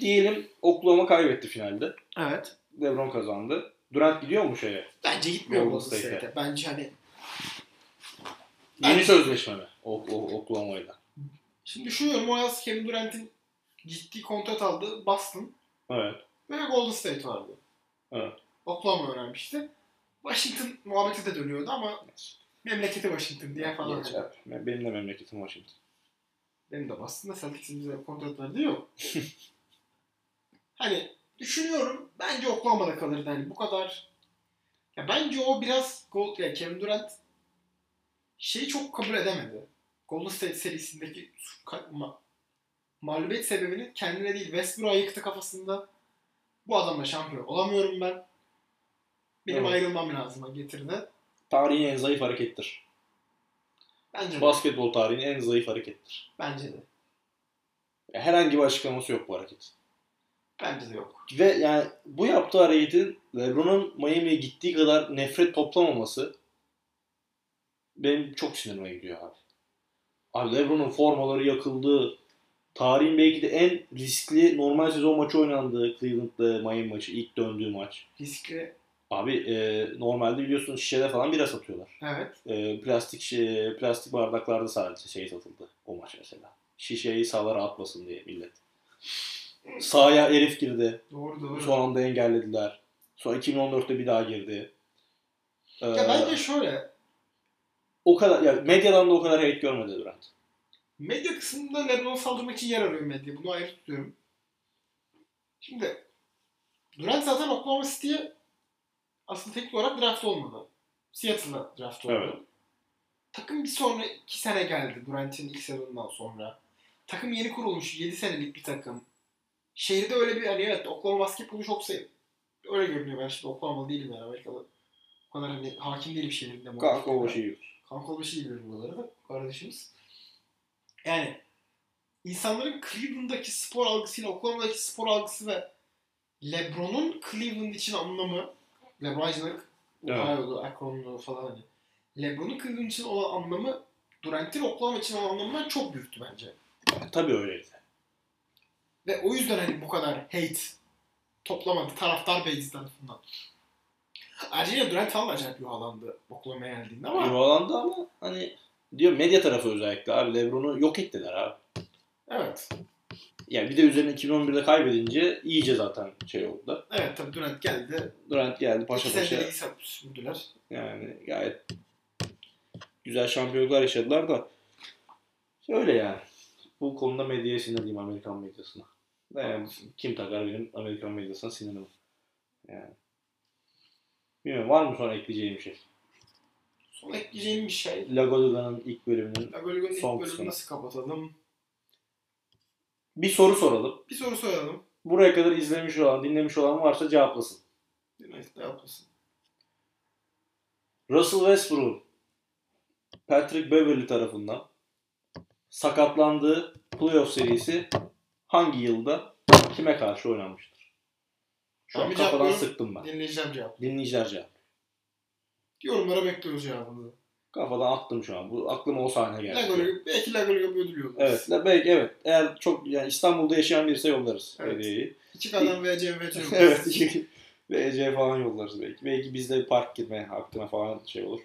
diyelim Oklahoma kaybetti finalde. Evet. LeBron kazandı. Durant gidiyor mu şeye? Bence gitmiyor Golden Golden State'e. State'e. Bence hani Yeni Evet. sözleşme mi? O, o, Oklahoma'yla. şimdi düşünüyorum o yaz Kevin Durant'in ciddi kontrat aldığı Boston Evet. ve Golden State vardı. Evet. Oklahoma öğrenmişti. Washington muhabbeti de dönüyordu ama memleketi Washington diye falan. Geç abi. Benim de memleketim Washington. Benim de aslında Celtics'in bize kontrat [laughs] verdi yok. hani düşünüyorum bence Oklahoma'da kalırdı hani bu kadar. Ya bence o biraz Gold ya Kevin Durant şeyi çok kabul edemedi. Golden State serisindeki su- ka- ma- Mağlubiyet sebebini kendine değil Westbrook'a yıktı kafasında. Bu adamla şampiyon olamıyorum ben. Benim Evet. ayrılmam lazım getirdi. Tarihin en zayıf harekettir. Bence de. Basketbol tarihin en zayıf harekettir. Bence de. Ya Herhangi bir açıklaması yok bu hareket. Bence de yok. Ve yani bu yaptığı hareketin LeBron'un Miami'ye gittiği kadar nefret toplamaması benim çok sinirime gidiyor abi. Abi LeBron'un formaları yakıldı. Tarihin belki de en riskli normal sezon maçı oynandığı Cleveland'la Miami maçı ilk döndüğü maç. Riskli. Abi e, normalde biliyorsunuz şişede falan bira satıyorlar. Evet. E, plastik şi- plastik bardaklarda sadece şey satıldı o maç mesela. Şişeyi sahalara atmasın diye millet. Sahaya herif girdi. Doğru doğru. Son anda engellediler. Sonra 2014'te bir daha girdi. Ee, Ya bence şöyle. o kadar ya medyadan da o kadar hate görmedi Durant. Medya kısmında Lebron'a saldırmak için yer arıyor medya. Bunu ayrı tutuyorum. Şimdi Durant zaten Oklahoma City'ye aslında teknik olarak draft olmadı. Seattle'a draft oldu. Evet. Takım bir sonra iki sene geldi Durant'in ilk sezonundan sonra. Takım yeni kurulmuş. 7 senelik bir takım. Şehirde öyle bir hani evet Oklahoma basketbolu çok sev. Öyle görünüyor ben şimdi Oklahoma değilim yani Amerikalı. O kadar hani hakim değilim şehrinde. Kanka o şey Kanka olmuş iyi bir buraları da kardeşimiz. Yani insanların Cleveland'daki spor algısıyla Oklahoma'daki spor algısı ve LeBron'un Cleveland için anlamı LeBron'cılık, Evet. Ohio'lu, Akronlu falan hani. LeBron'un Cleveland için olan anlamı Durant'in Oklahoma için olan anlamından çok büyüktü bence. Tabii öyleydi. Ve o yüzden hani bu kadar hate toplamadı taraftar beyzi tarafından. Ayrıca Durant falan da acayip yuhalandı Oklahoma'ya geldiğinde ama Yuvalandı ama hani diyor medya tarafı özellikle abi Lebron'u yok ettiler abi. evet. Yani bir de üzerine 2011'de kaybedince iyice zaten şey oldu. Evet tabii Durant geldi. Durant geldi paşa İki paşa. senede iyi sap- sürdüler. Yani gayet güzel şampiyonluklar yaşadılar da öyle yani. Bu konuda medyaya sinirliyim Amerikan medyasına. Yani kim takar benim Amerikan medyasına sinirim. Yani. Bilmiyorum var mı sonra ekleyeceğim bir şey? Son ekleyeceğim bir şey. Lagoduga'nın ilk bölümünün. Ya Bölümün ilk Son bölümünü kısmı. nasıl kapatalım? Bir soru soralım. Bir soru soralım. Buraya kadar izlemiş olan, dinlemiş olan varsa cevaplasın. Dinleyici de yapmasın. Russell Westbrook Patrick Beverly tarafından sakatlandığı playoff serisi hangi yılda kime karşı oynanmıştır? Şu Ben an bir kafadan cevaplıyorum. sıktım ben. Dinleyeceğim cevap. Dinleyiciler cevap. Yorumlara bekliyoruz cevabını. Kafadan attım şu an. Bu aklıma o sahne geldi. Lagolü, belki Lagolü bir ödül yollarız. Evet, la- belki evet. Eğer çok yani İstanbul'da yaşayan birisi yollarız Evet. hediyeyi. İki kadar VCM VCM. [laughs] evet. Ve Ece'ye falan yollarız belki. Belki bizde bir park gitme hakkına falan şey olur.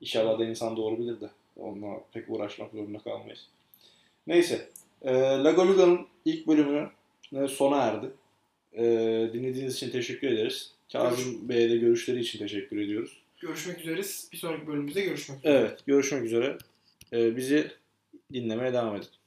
İnşallah da insan doğru bilir de. Onunla pek uğraşmak zorunda kalmayız. Neyse. E, Lagoluga'nın ilk bölümünü e, sona erdi. E, dinlediğiniz için teşekkür ederiz. Kazım Bey'e de görüşleri için teşekkür ediyoruz. Görüşmek üzeriz. Bir sonraki bölümümüzde görüşmek üzere. Evet. Görüşmek üzere. E, bizi Ee, dinlemeye devam edin.